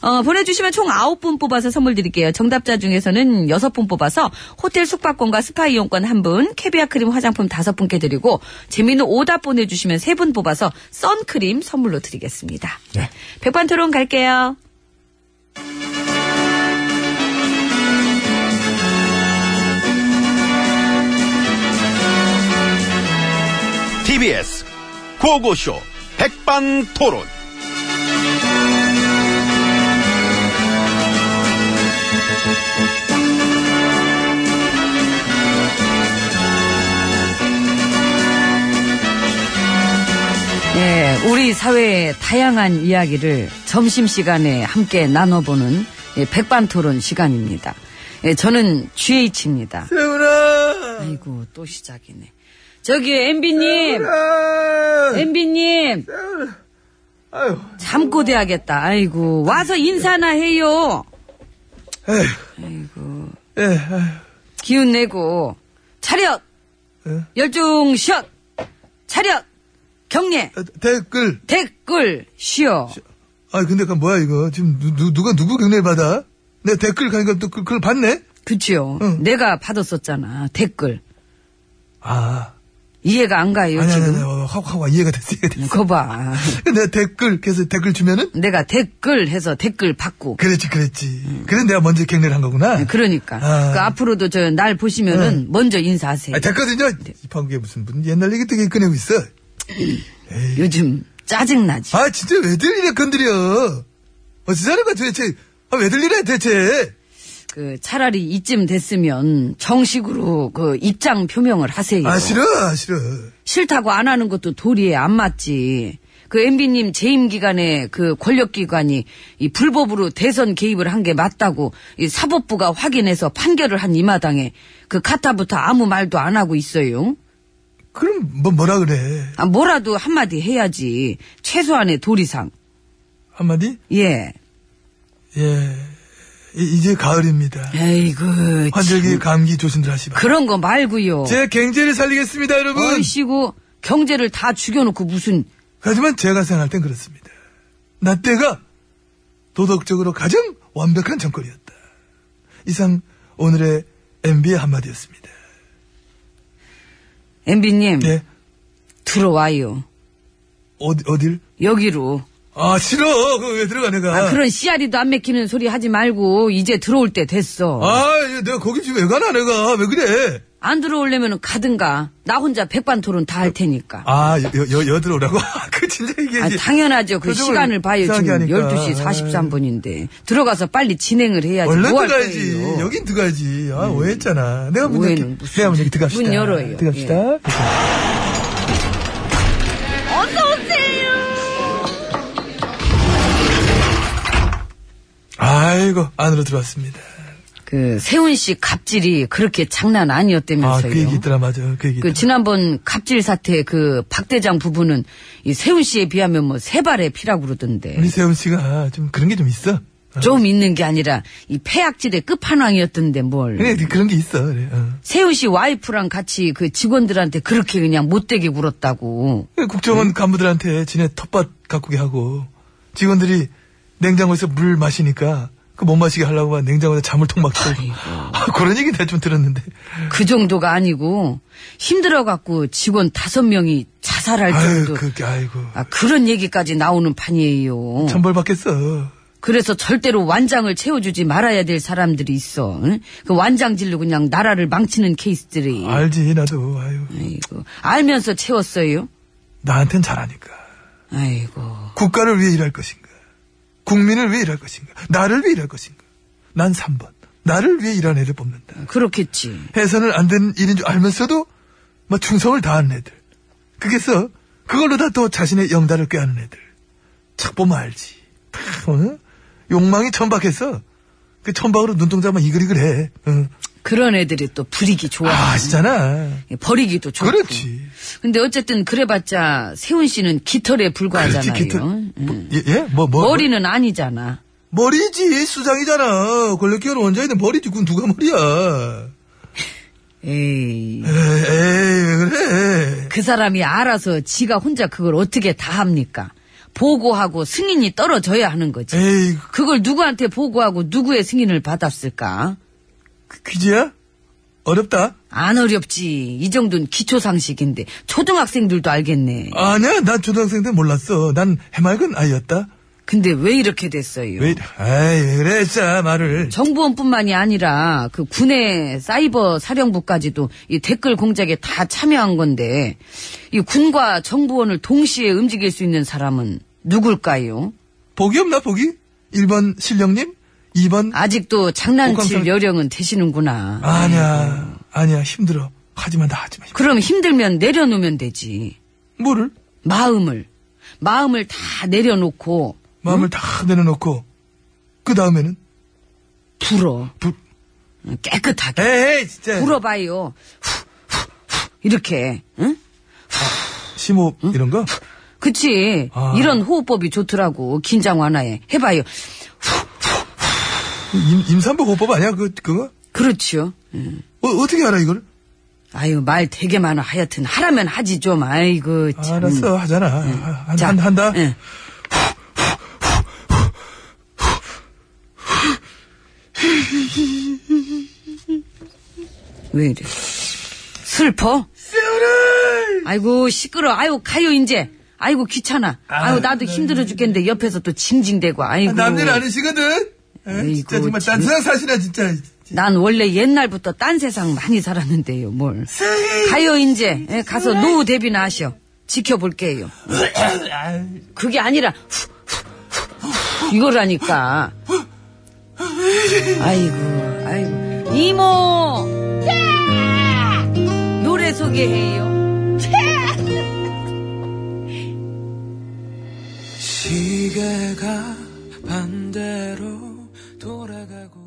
Speaker 3: 어, 보내주시면 총 9분 뽑아서 선물 드릴게요. 정답자 중에서는 6분 뽑아서 호텔 숙박권과 스파 이용권 1분, 캐비아 크림 화장품 5분께 드리고 재미있는 오답 보내주시면 3분 뽑아서 선크림 선물로 드리겠습니다. 네. 백반토론 갈게요.
Speaker 9: TBS 고고쇼 백반토론.
Speaker 3: 네, 우리 사회의 다양한 이야기를 점심시간에 함께 나눠보는 예, 백반토론 시간입니다. 예, 저는 GH입니다.
Speaker 11: 세훈아!
Speaker 3: 아이고, 또 시작이네. 저기, MB님! MB님!
Speaker 11: 아유.
Speaker 3: 잠꼬대하겠다. 아이고, 와서 인사나 해요.
Speaker 11: 예,
Speaker 3: 기운 내고, 차렷!
Speaker 11: 예?
Speaker 3: 열중 샷! 차렷! 경례!
Speaker 5: 어, 댓글.
Speaker 3: 댓글! 쉬어!
Speaker 5: 아 근데 그 뭐야 이거 지금 누, 누가 누구 경례를 받아? 내 댓글 가니까 또 그- 그걸 봤네.
Speaker 3: 그치요. 내가 받았었잖아. 댓글.
Speaker 5: 아
Speaker 3: 이해가 안 가요,
Speaker 5: 아니 아니
Speaker 3: 지금.
Speaker 5: 아니 어, 하고 하고 이해가 됐어 (laughs) 이해가 됐어.
Speaker 3: 그거 봐.
Speaker 5: 내가 댓글 그래서 댓글 주면은
Speaker 3: 내가 댓글 해서 댓글 받고.
Speaker 5: 그렇지 그렇지. 그래 내가 먼저 경례를 한 거구나.
Speaker 3: 그러니까.
Speaker 5: 아.
Speaker 3: 그 앞으로도 저 날 보시면은 먼저 인사하세요.
Speaker 5: 아, 됐거든요.
Speaker 3: 네.
Speaker 5: 이 방구에 무슨 분 옛날 얘기 되게 꺼내고 있어.
Speaker 3: 요즘 짜증나지.
Speaker 5: 아, 진짜 왜들 이래 건드려. 어찌자는 거야 도대체. 아, 왜들 이래 대체.
Speaker 3: 그 차라리 이쯤 됐으면 정식으로 그 입장 표명을 하세요.
Speaker 5: 아, 싫어, 아, 싫어.
Speaker 3: 싫다고 안 하는 것도 도리에 안 맞지. 그 MB님 재임 기간에 그 권력기관이 이 불법으로 대선 개입을 한 게 맞다고 이 사법부가 확인해서 판결을 한 이 마당에 그 카타부터 아무 말도 안 하고 있어요.
Speaker 5: 그럼 뭐, 뭐라 그래.
Speaker 3: 아, 뭐라도 한마디 해야지. 최소한의 도리상.
Speaker 5: 한마디?
Speaker 3: 예.
Speaker 5: 예. 이, 제 가을입니다.
Speaker 3: 에이구.
Speaker 5: 환절기 감기 조심들 하시바.
Speaker 3: 그런 거 말고요.
Speaker 5: 제 경제를 살리겠습니다, 여러분.
Speaker 3: 어이씨고 경제를 다 죽여놓고 무슨
Speaker 5: 하지만 제가 생각할 땐 그렇습니다. 나 때가 도덕적으로 가장 완벽한 정권이었다. 이상 오늘의 MB의 한마디였습니다.
Speaker 3: MB님
Speaker 5: 예.
Speaker 3: 들어와요.
Speaker 5: 네, 어디, 어딜?
Speaker 3: 여기로.
Speaker 5: 아, 싫어. 그거 왜 들어가, 내가.
Speaker 3: 아, 그런 씨알이도 안 맥히는 소리 하지 말고 이제 들어올 때 됐어.
Speaker 5: 아, 얘 내가 거기 지금 왜 가나, 내가. 왜 그래?
Speaker 3: 안 들어오려면 가든가 나 혼자 백반토론 다 할 테니까.
Speaker 5: 아, 여, 여, 여 들어오라고? (laughs) 그 진짜 이게.
Speaker 3: 아,
Speaker 5: 이제
Speaker 3: 당연하죠. 그
Speaker 5: 표정을
Speaker 3: 시간을 봐요.
Speaker 5: 이상하게
Speaker 3: 지금
Speaker 5: 하니까. 네.
Speaker 3: 12시 43분인데 들어가서 빨리 진행을 해야지.
Speaker 5: 얼른
Speaker 3: 뭐할
Speaker 5: 들어가야지.
Speaker 3: 거예요? 음.
Speaker 5: 여긴 들어가야지. 아, 오해했잖아. 내가 문
Speaker 3: 오해는
Speaker 5: 열게. 내가 문 열게 들어갑시다.
Speaker 3: 문 열어요. 예.
Speaker 5: 들어갑시다.
Speaker 12: 어서오세요!
Speaker 5: 아이고, 안으로 들어왔습니다.
Speaker 3: 그 세훈 씨 갑질이 그렇게 장난
Speaker 5: 아,
Speaker 3: 아니었다면서요.
Speaker 5: 그 얘기 있더라, 맞아. 그 얘기.
Speaker 3: 그 지난번 갑질 사태 그 박대장 부부는 이 세훈 씨에 비하면 뭐 세 발의 피라고 그러던데.
Speaker 5: 우리 세훈 씨가 좀 그런 게 좀 있어.
Speaker 3: 좀 있는 게 아니라 이 폐악질의 끝판왕이었던데 뭘.
Speaker 5: 네, 그래, 그런 게 있어. 그래. 어.
Speaker 3: 세훈 씨 와이프랑 같이 그 직원들한테 그렇게 그냥 못되게 굴었다고.
Speaker 5: 예, 국정원 간부들한테 지네 텃밭 가꾸게 하고 직원들이 냉장고에서 물 마시니까 그 못 마시게 하려고 막 냉장고에 잠을 통막 채우고 (laughs) 아, 그런 얘기 내가 좀 들었는데
Speaker 3: 그 정도가 아니고 힘들어갖고 직원 다섯 명이 자살할
Speaker 5: 아유
Speaker 3: 정도.
Speaker 5: 그게 아이고
Speaker 3: 아, 그런 얘기까지 나오는 판이에요.
Speaker 5: 천벌 받겠어
Speaker 3: 그래서 절대로 완장을 채워주지 말아야 될 사람들이 있어. 응? 그 완장질로 그냥 나라를 망치는 케이스들이.
Speaker 5: 알지 나도 아유
Speaker 3: 아이고 알면서 채웠어요.
Speaker 5: 나한텐 잘하니까
Speaker 3: 아이고
Speaker 5: 국가를 위해 일할 것인가 국민을 위해 일할 것인가 나를 위해 일할 것인가 난 3번 나를 위해 일하는 애를 뽑는다
Speaker 3: 그렇겠지
Speaker 5: 해서는 안 되는 일인 줄 알면서도 막 충성을 다하는 애들 그게 써 그걸로 다 또 자신의 영달을 꾀하는 애들 착 보면 알지 탁, 어? 욕망이 천박해서 그 천박으로 눈동자만 이글이글 해 어.
Speaker 3: 그런 애들이 또 부리기 좋아.
Speaker 5: 아시잖아
Speaker 3: 버리기도 좋고. 음.
Speaker 5: 그렇지
Speaker 3: 근데 어쨌든 그래봤자 세훈 씨는 깃털에 불과하잖아요.
Speaker 5: 그렇지, 깃털. 뭐, 예? 예? 뭐, 뭐,
Speaker 3: 음. 머리는 아니잖아.
Speaker 5: 머리지 수장이잖아 권력기관 원장인데 머리지 그건 누가 머리야
Speaker 3: 에이
Speaker 5: 에이 왜 그래
Speaker 3: 그 사람이 알아서 지가 혼자 그걸 어떻게 다 합니까? 보고하고 승인이 떨어져야 하는 거지. 그걸 누구한테 보고하고 누구의 승인을 받았을까?
Speaker 13: 퀴즈야? 어렵다.
Speaker 3: 안 어렵지. 이 정도는 기초 상식인데 초등학생들도 알겠네.
Speaker 13: 아니야, 난 초등학생 때 몰랐어. 난 해맑은 아이였다.
Speaker 3: 근데 왜 이렇게 됐어요?
Speaker 13: 왜, 이래- 아이, 왜 그래, 진짜, 말을.
Speaker 3: 정부원뿐만이 아니라 그 군의 사이버 사령부까지도 이 댓글 공작에 다 참여한 건데 이 군과 정부원을 동시에 움직일 수 있는 사람은 누굴까요?
Speaker 13: 복이 없나 복이? 1번 신령님, 2번
Speaker 3: 아직도 장난칠
Speaker 13: 오감상-
Speaker 3: 여령은 되시는구나.
Speaker 13: 아니야, 아니야, 힘들어. 하지만 나 하지 마.
Speaker 3: 그럼 힘들면 내려놓으면 되지.
Speaker 13: 뭐를?
Speaker 3: 마음을. 마음을 다 내려놓고
Speaker 13: 마음을 다 내려놓고, 그 다음에는?
Speaker 3: 불어. 깨끗하게.
Speaker 13: 에이, 진짜.
Speaker 3: 불어봐요. 후, 후, 후, 이렇게. 응?
Speaker 13: 심호흡, 이런 거?
Speaker 3: 그치.
Speaker 13: 아.
Speaker 3: 이런 호흡법이 좋더라고. 긴장 완화에. 해봐요.
Speaker 13: 임, 임산부 호흡법 아니야, 그, 그거?
Speaker 3: 그렇죠.
Speaker 13: 어, 어떻게 알아, 이걸?
Speaker 3: 아유, 말 되게 많아. 하여튼, 하라면 하지 좀. 아이고, 참.
Speaker 13: 알았어, 하잖아. 한,
Speaker 3: 자, 예.
Speaker 13: 한, 한다.
Speaker 3: (laughs) 왜 이래. 슬퍼? 아이고, 시끄러. 아이고, 가요, 이제. 아이고, 귀찮아. 아이고, 나도 힘들어 죽겠는데, 옆에서 또 징징대고. 아이고.
Speaker 13: 네. 남일 아니시거든? 에이, 진짜 정말 딴 세상 사시나, 진짜.
Speaker 3: 난 원래 옛날부터 딴 세상 많이 살았는데요, 뭘. 가요, 이제. 예, 가서 노후 대비나 하셔. 지켜볼게요. 그게 아니라, 후, 후, 후, 후, 이거라니까. 아이고, 아이고. 이모! 노래 소개해요.
Speaker 14: 시계가 반대로 돌아가고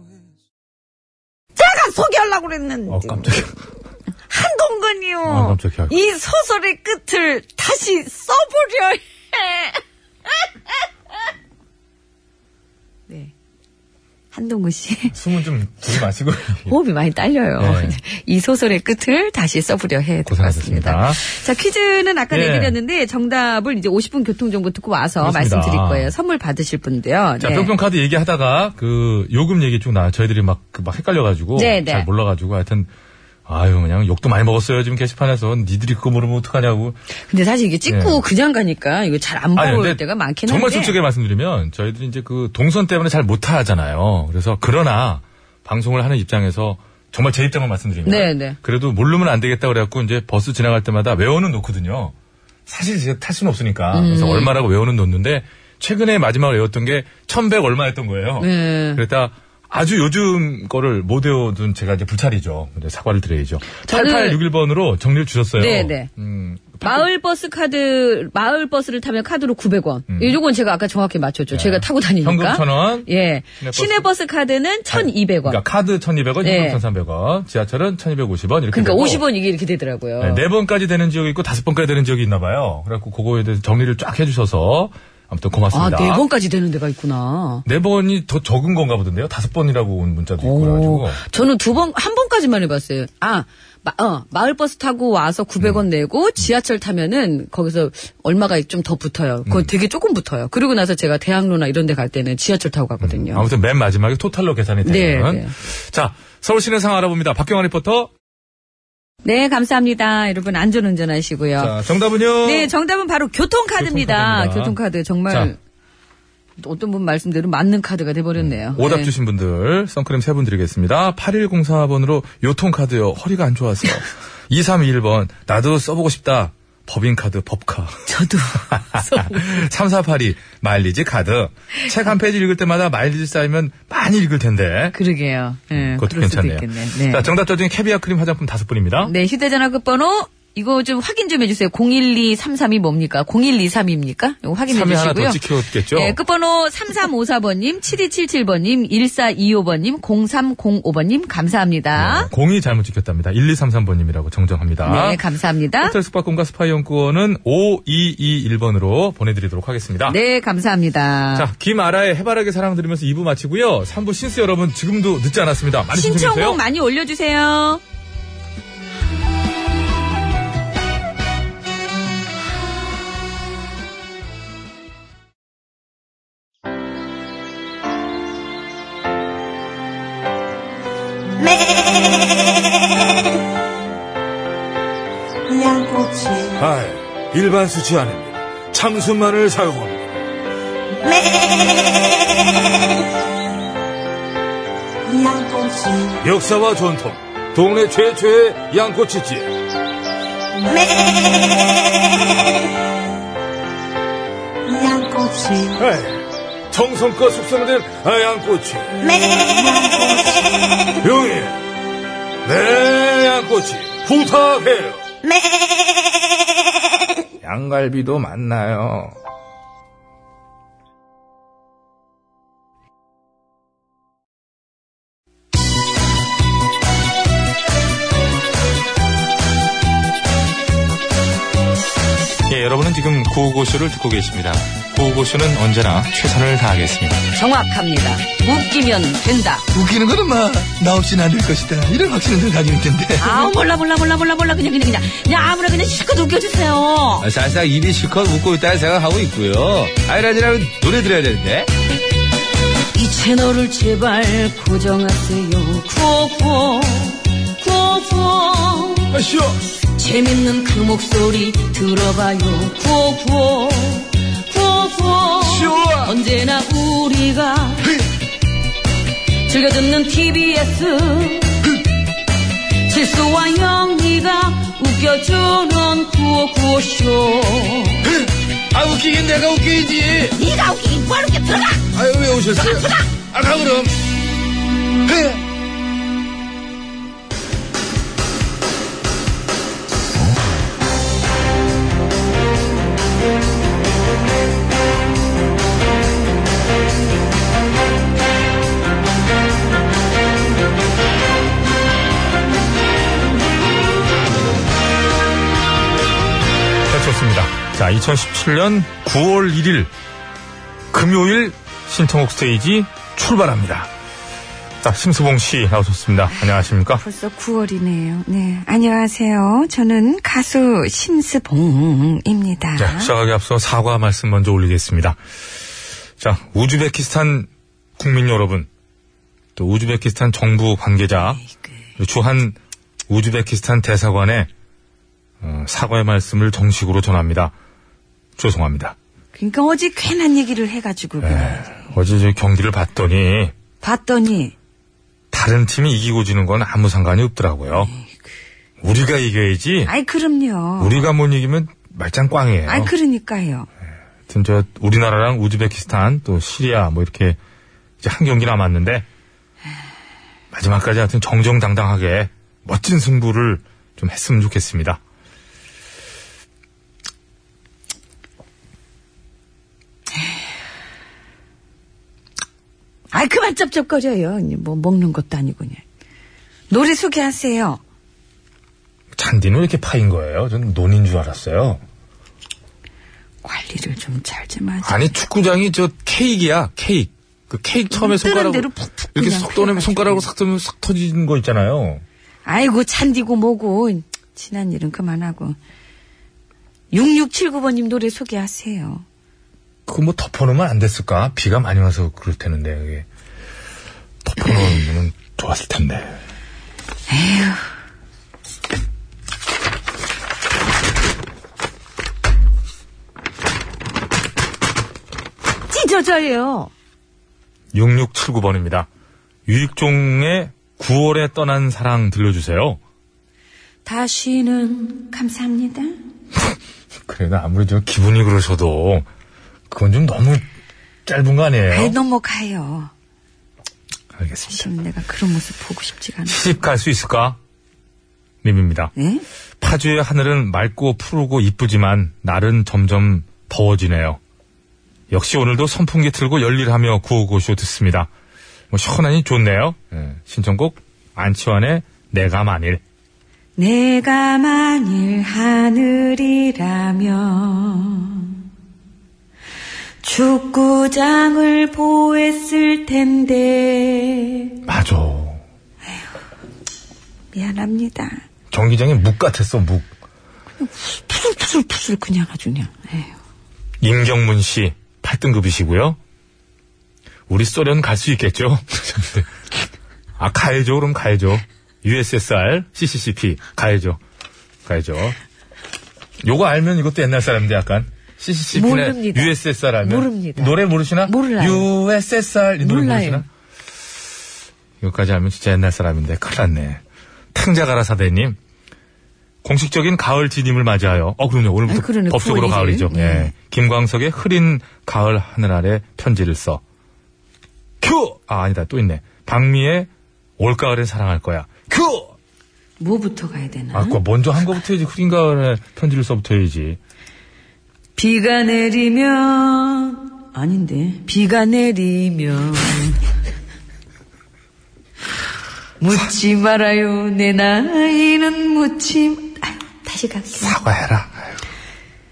Speaker 6: 제가 소개하려고 그랬는데. 한동근이요.
Speaker 3: 어,
Speaker 2: 아, 어, 깜짝이야.
Speaker 6: 이 소설의 끝을 다시 써보려
Speaker 3: (laughs)
Speaker 6: 해.
Speaker 3: 네.
Speaker 6: 한동근 씨.
Speaker 2: 숨은 좀 들지
Speaker 3: (laughs)
Speaker 2: 마시고.
Speaker 3: 호흡이 많이 딸려요.
Speaker 2: 예. 네.
Speaker 3: (laughs) 이 소설의 끝을 다시 써보려 해.
Speaker 2: 고생하셨습니다.
Speaker 3: 자, 퀴즈는 아까
Speaker 2: 예.
Speaker 3: 내드렸는데 정답을 이제 50분 교통정보 듣고 와서
Speaker 2: 그렇습니다.
Speaker 3: 말씀드릴 거예요. 선물 받으실 분도요.
Speaker 2: 자,
Speaker 3: 네.
Speaker 2: 뿅뿅 카드 얘기하다가 그 요금 얘기 쭉 나. 저희들이 막, 그막 헷갈려가지고
Speaker 3: 네, 네.
Speaker 2: 잘 몰라가지고 하여튼 아유 그냥 욕도 많이 먹었어요 지금 게시판에서 니들이 그거 모르면 어떡하냐고.
Speaker 3: 근데 사실 이게 찍고
Speaker 2: 예.
Speaker 3: 그냥 가니까 이거 잘 안
Speaker 2: 아니,
Speaker 3: 보일
Speaker 2: 근데
Speaker 3: 때가 많긴 한데.
Speaker 2: 정말 솔직하게 말씀드리면 저희들이 이제 그 동선 때문에 잘 못하잖아요. 그래서 그러나 방송을 하는 입장에서 정말 제 입장만 말씀드리면
Speaker 3: 네, 네.
Speaker 2: 그래도 모르면 안 되겠다 그래갖고 이제 버스 지나갈 때마다 외워는 놓거든요. 사실 제가 탈 수는 없으니까 그래서
Speaker 3: 음.
Speaker 2: 얼마라고 외워는 놓는데 최근에 마지막으로 외웠던 게 1100 얼마였던 거예요.
Speaker 3: 네.
Speaker 2: 그랬다 아주 요즘 거를 못 외워둔 제가 이제 불찰이죠. 근데 사과를 드려야죠.
Speaker 3: 저는-
Speaker 2: 8861번으로 정리를 주셨어요. 음,
Speaker 3: 네, 네. 마을버스 카드, 마을버스를 타면 카드로 900원. 이건 제가 아까 정확히 맞췄죠. 제가 타고 다니니까.
Speaker 2: 음. 예. 현금 1000원.
Speaker 3: 예.
Speaker 2: 시내버스.
Speaker 3: 시내버스 카드는 1200원.
Speaker 2: 그러니까 카드 1,200원,
Speaker 3: 네.
Speaker 2: 현금 1,300원, 지하철은 1,250원 이렇게
Speaker 3: 그러니까
Speaker 2: 되고
Speaker 3: 50원 이게 이렇게 되더라고요.
Speaker 2: 네, 네 번까지 되는 지역이 있고 다섯 번까지 되는 지역이 있나 봐요. 그래갖고 그거에 대해서 정리를 쫙 해주셔서 아무튼
Speaker 3: 아,
Speaker 2: 고맙습니다.
Speaker 3: 네 번까지 되는 데가 있구나.
Speaker 2: 네 번이 더 적은 건가 보던데요. 다섯 번이라고 온 문자도 있고 그래가지고
Speaker 3: 저는 두 번, 한 번까지만 해봤어요. 아, 마, 어, 마을버스 타고 와서 900원
Speaker 2: 음.
Speaker 3: 내고 지하철 타면은 거기서 얼마가 좀 더 붙어요.
Speaker 2: 음.
Speaker 3: 그거 되게 조금 붙어요. 그리고 나서 제가 대학로나 이런 데 갈 때는 지하철 타고 가거든요.
Speaker 2: 음, 아무튼 맨 마지막에 토탈로 계산이
Speaker 3: 네,
Speaker 2: 되는.
Speaker 3: 네.
Speaker 2: 자, 서울 시내 상황 알아봅니다. 박경환 리포터.
Speaker 3: 네, 감사합니다. 여러분 안전운전 하시고요.
Speaker 2: 자, 정답은요.
Speaker 3: 네, 정답은 바로 교통카드입니다.
Speaker 2: 교통카드입니다.
Speaker 3: 교통카드 정말
Speaker 2: 자.
Speaker 3: 어떤 분 말씀대로 맞는 카드가 돼버렸네요.
Speaker 2: 음, 오답
Speaker 3: 네.
Speaker 2: 주신 분들 선크림 세 분 드리겠습니다. 8104번으로 요통카드요. 허리가 안 좋아서. (laughs) 2321번 나도 써보고 싶다. 법인카드 법카. (laughs)
Speaker 3: 저도.
Speaker 2: 3482 마일리지 카드. 책 한 페이지 읽을 때마다 마일리지 쌓이면 많이 읽을 텐데.
Speaker 3: 그러게요. 예,
Speaker 2: 그것도
Speaker 3: 그럴 수도
Speaker 2: 괜찮네요.
Speaker 3: 있겠네.
Speaker 2: (laughs)
Speaker 3: 네.
Speaker 2: 자, 정답자 중에 캐비아 크림 화장품 다섯 분입니다.
Speaker 3: 네, 휴대전화 끝번호 이거 좀 확인 좀 해주세요. 01233이 뭡니까? 0123입니까? 이거 확인해
Speaker 2: 삼이 하나
Speaker 3: 주시고요.
Speaker 2: 더 찍혔겠죠?
Speaker 3: 예, 끝번호 3354번님, 7277번님, 1425번님, 0305번님 감사합니다.
Speaker 2: 네, 공이 잘못 찍혔답니다. 1233번님이라고 정정합니다.
Speaker 3: 아? 네, 감사합니다.
Speaker 2: 호텔 숙박권과 스파 이용권은 5221번으로 보내드리도록 하겠습니다.
Speaker 3: 네, 감사합니다.
Speaker 2: 자, 김아라의 해바라기 사랑 들으면서 2부 마치고요. 3부 신스 여러분 지금도 늦지 않았습니다. 많이 신청해주세요.
Speaker 3: 신청곡 많이 올려주세요.
Speaker 1: 양꼬치
Speaker 15: 아, 일반 수치 아닙니다. 참숯만을 사용합니다.
Speaker 1: 양꼬치
Speaker 15: 역사와 전통, 동네 최초의 양꼬치집.
Speaker 1: 양꼬치
Speaker 15: 아, 정성껏 숙성된 아, 양꼬치. 형님, 내 네, 양꼬치 부탁해요.
Speaker 16: 양갈비도 만나요.
Speaker 17: 예, 여러분은 지금 구호고쇼를 듣고 계십니다. 구호고쇼는 언제나 최선을 다하겠습니다.
Speaker 18: 정확합니다. 웃기면 된다.
Speaker 5: 웃기는 거는 막 나 없이는 안 될 것이다. 이런 확신을 가지고 있던데.
Speaker 18: 아우 몰라 몰라 몰라 몰라 몰라 그냥 그냥 그냥 그냥 아무나 그냥 실컷 웃겨주세요.
Speaker 19: 아, 사실상 입이 실컷 웃고 있다는 생각하고 있고요. 아이라지라면 노래 들어야 되는데.
Speaker 20: 이 채널을 제발 고정하세요. 구호구호, 구호구호.
Speaker 15: 아시오.
Speaker 2: 네,
Speaker 20: 재밌는 그 목소리 들어봐요. 구호구호, 구호구호. 언제나 우리가 즐겨듣는 TBS. 실수와 영리가 웃겨주는 구호구호쇼.
Speaker 19: 아, 웃기긴 내가 웃기지.
Speaker 20: 네가 웃기긴 뭐하는 게 들어가!
Speaker 19: 아유, 왜 오셨어요? 아, 가, 그럼.
Speaker 2: 네, 좋습니다. 자, 2017년 9월 1일 금요일 신청곡 스테이지 출발합니다. 자, 심수봉 씨 나오셨습니다. 안녕하십니까?
Speaker 3: 벌써 9월이네요. 네. 안녕하세요. 저는 가수 심스봉입니다.
Speaker 2: 자, 시작하기 앞서 사과 말씀 먼저 올리겠습니다. 자, 우즈베키스탄 국민 여러분, 또 우즈베키스탄 정부 관계자,
Speaker 3: 네, 그.
Speaker 2: 주한 우즈베키스탄 대사관에 어, 사과의 말씀을 정식으로 전합니다. 죄송합니다.
Speaker 3: 그러니까 어제 괜한 얘기를 해가지고
Speaker 2: 네.
Speaker 3: 그냥
Speaker 2: 어제 저 경기를 봤더니
Speaker 3: 봤더니
Speaker 2: 다른 팀이 이기고 지는 건 아무 상관이 없더라고요. 우리가 이겨야지.
Speaker 3: 네, 그. 아이 그럼요.
Speaker 2: 우리가 못 이기면 말짱 꽝이에요.
Speaker 3: 아이 그러니까요.
Speaker 2: 아무튼 저 우리나라랑 우즈베키스탄 또 시리아 뭐 이렇게 이제 한 경기 남았는데 마지막까지 하여튼 정정당당하게 멋진 승부를 좀 했으면 좋겠습니다.
Speaker 3: 아이 그만 쩝쩝거려요. 이제 뭐 먹는 것도 아니고 그냥 노래 소개하세요.
Speaker 2: 잔디는 왜 이렇게 파인 거예요? 전 논인 줄 알았어요.
Speaker 3: 관리를 좀 잘 좀 하세요.
Speaker 2: 아니 축구장이 저 케이크야 케이크. 그 케이크 처음에
Speaker 3: 뜨는
Speaker 2: 손가락
Speaker 3: 대로 푹푹
Speaker 2: 이렇게
Speaker 3: 그냥
Speaker 2: 쏙 떠내면 손가락으로 싹 떠면 싹 터지는 거 있잖아요.
Speaker 3: 아이고 찬디고 뭐고 지난 일은 그만하고 6679번님 노래 소개하세요.
Speaker 2: 그거 뭐 덮어놓으면 안 됐을까? 비가 많이 와서 그럴 테는데 그게 덮어놓으면 좋았을 텐데.
Speaker 3: 찢어져요.
Speaker 2: 6679번입니다. 유익종의 9월에 떠난 사랑 들려주세요.
Speaker 3: 다시는 감사합니다.
Speaker 2: 그래도 아무리 좀 기분이 그러셔도 그건 좀 너무 짧은 거 아니에요?
Speaker 3: 배 넘어가요.
Speaker 2: 알겠습니다.
Speaker 3: 사실은 내가 그런 모습 보고 싶지가 않아.
Speaker 2: 시집 갈 수 있을까? 님입니다. 파주의 하늘은 맑고 푸르고 이쁘지만 날은 점점 더워지네요. 역시 오늘도 선풍기 틀고 열일하며 구호고쇼 듣습니다. 뭐 시원하니 좋네요. 예, 신청곡 안치환의 내가 만일.
Speaker 3: 내가 만일 하늘이라면 축구장을 보했을 텐데
Speaker 2: 맞아.
Speaker 3: 미안합니다.
Speaker 2: 경기장에 묵 같았어 묵.
Speaker 3: 푸슬푸슬푸슬 그냥 아주 그냥. 에휴.
Speaker 2: 임경문 씨 8등급이시고요. 우리 소련 갈 수 있겠죠? (laughs) 아, 가해죠. 그럼 가해죠. USSR, CCCP. 가해죠. 가해죠. 요거 알면 이것도 옛날 사람인데 약간. CCCP나
Speaker 3: 모릅니다.
Speaker 2: USSR 알면.
Speaker 3: 모릅니다.
Speaker 2: 노래 모르시나?
Speaker 3: 몰라요.
Speaker 2: USSR 이 노래
Speaker 3: 몰라요.
Speaker 2: 모르시나? 이것까지 알면 진짜 옛날 사람인데 큰일 났네. 탕자가라 사대님. 공식적인 가을 진입을 맞이하여. 어, 그러네. 오늘부터
Speaker 3: 아니, 그러네.
Speaker 2: 법적으로
Speaker 3: 9월
Speaker 2: 가을이죠.
Speaker 3: 일일.
Speaker 2: 예. 김광석의 흐린 가을 하늘 아래 편지를 써. 큐! 아, 아니다. 또 있네. 박미의 올가을엔 사랑할 거야. 큐!
Speaker 3: 뭐부터 가야 되나?
Speaker 2: 아, 그거 먼저 한 거부터 해야지. 흐린 가을에 편지를 써부터 해야지.
Speaker 3: 비가 내리면 아닌데 비가 내리면 묻지 말아요 내 나이는 묻지 아, 다시 갈게요
Speaker 2: 사과해라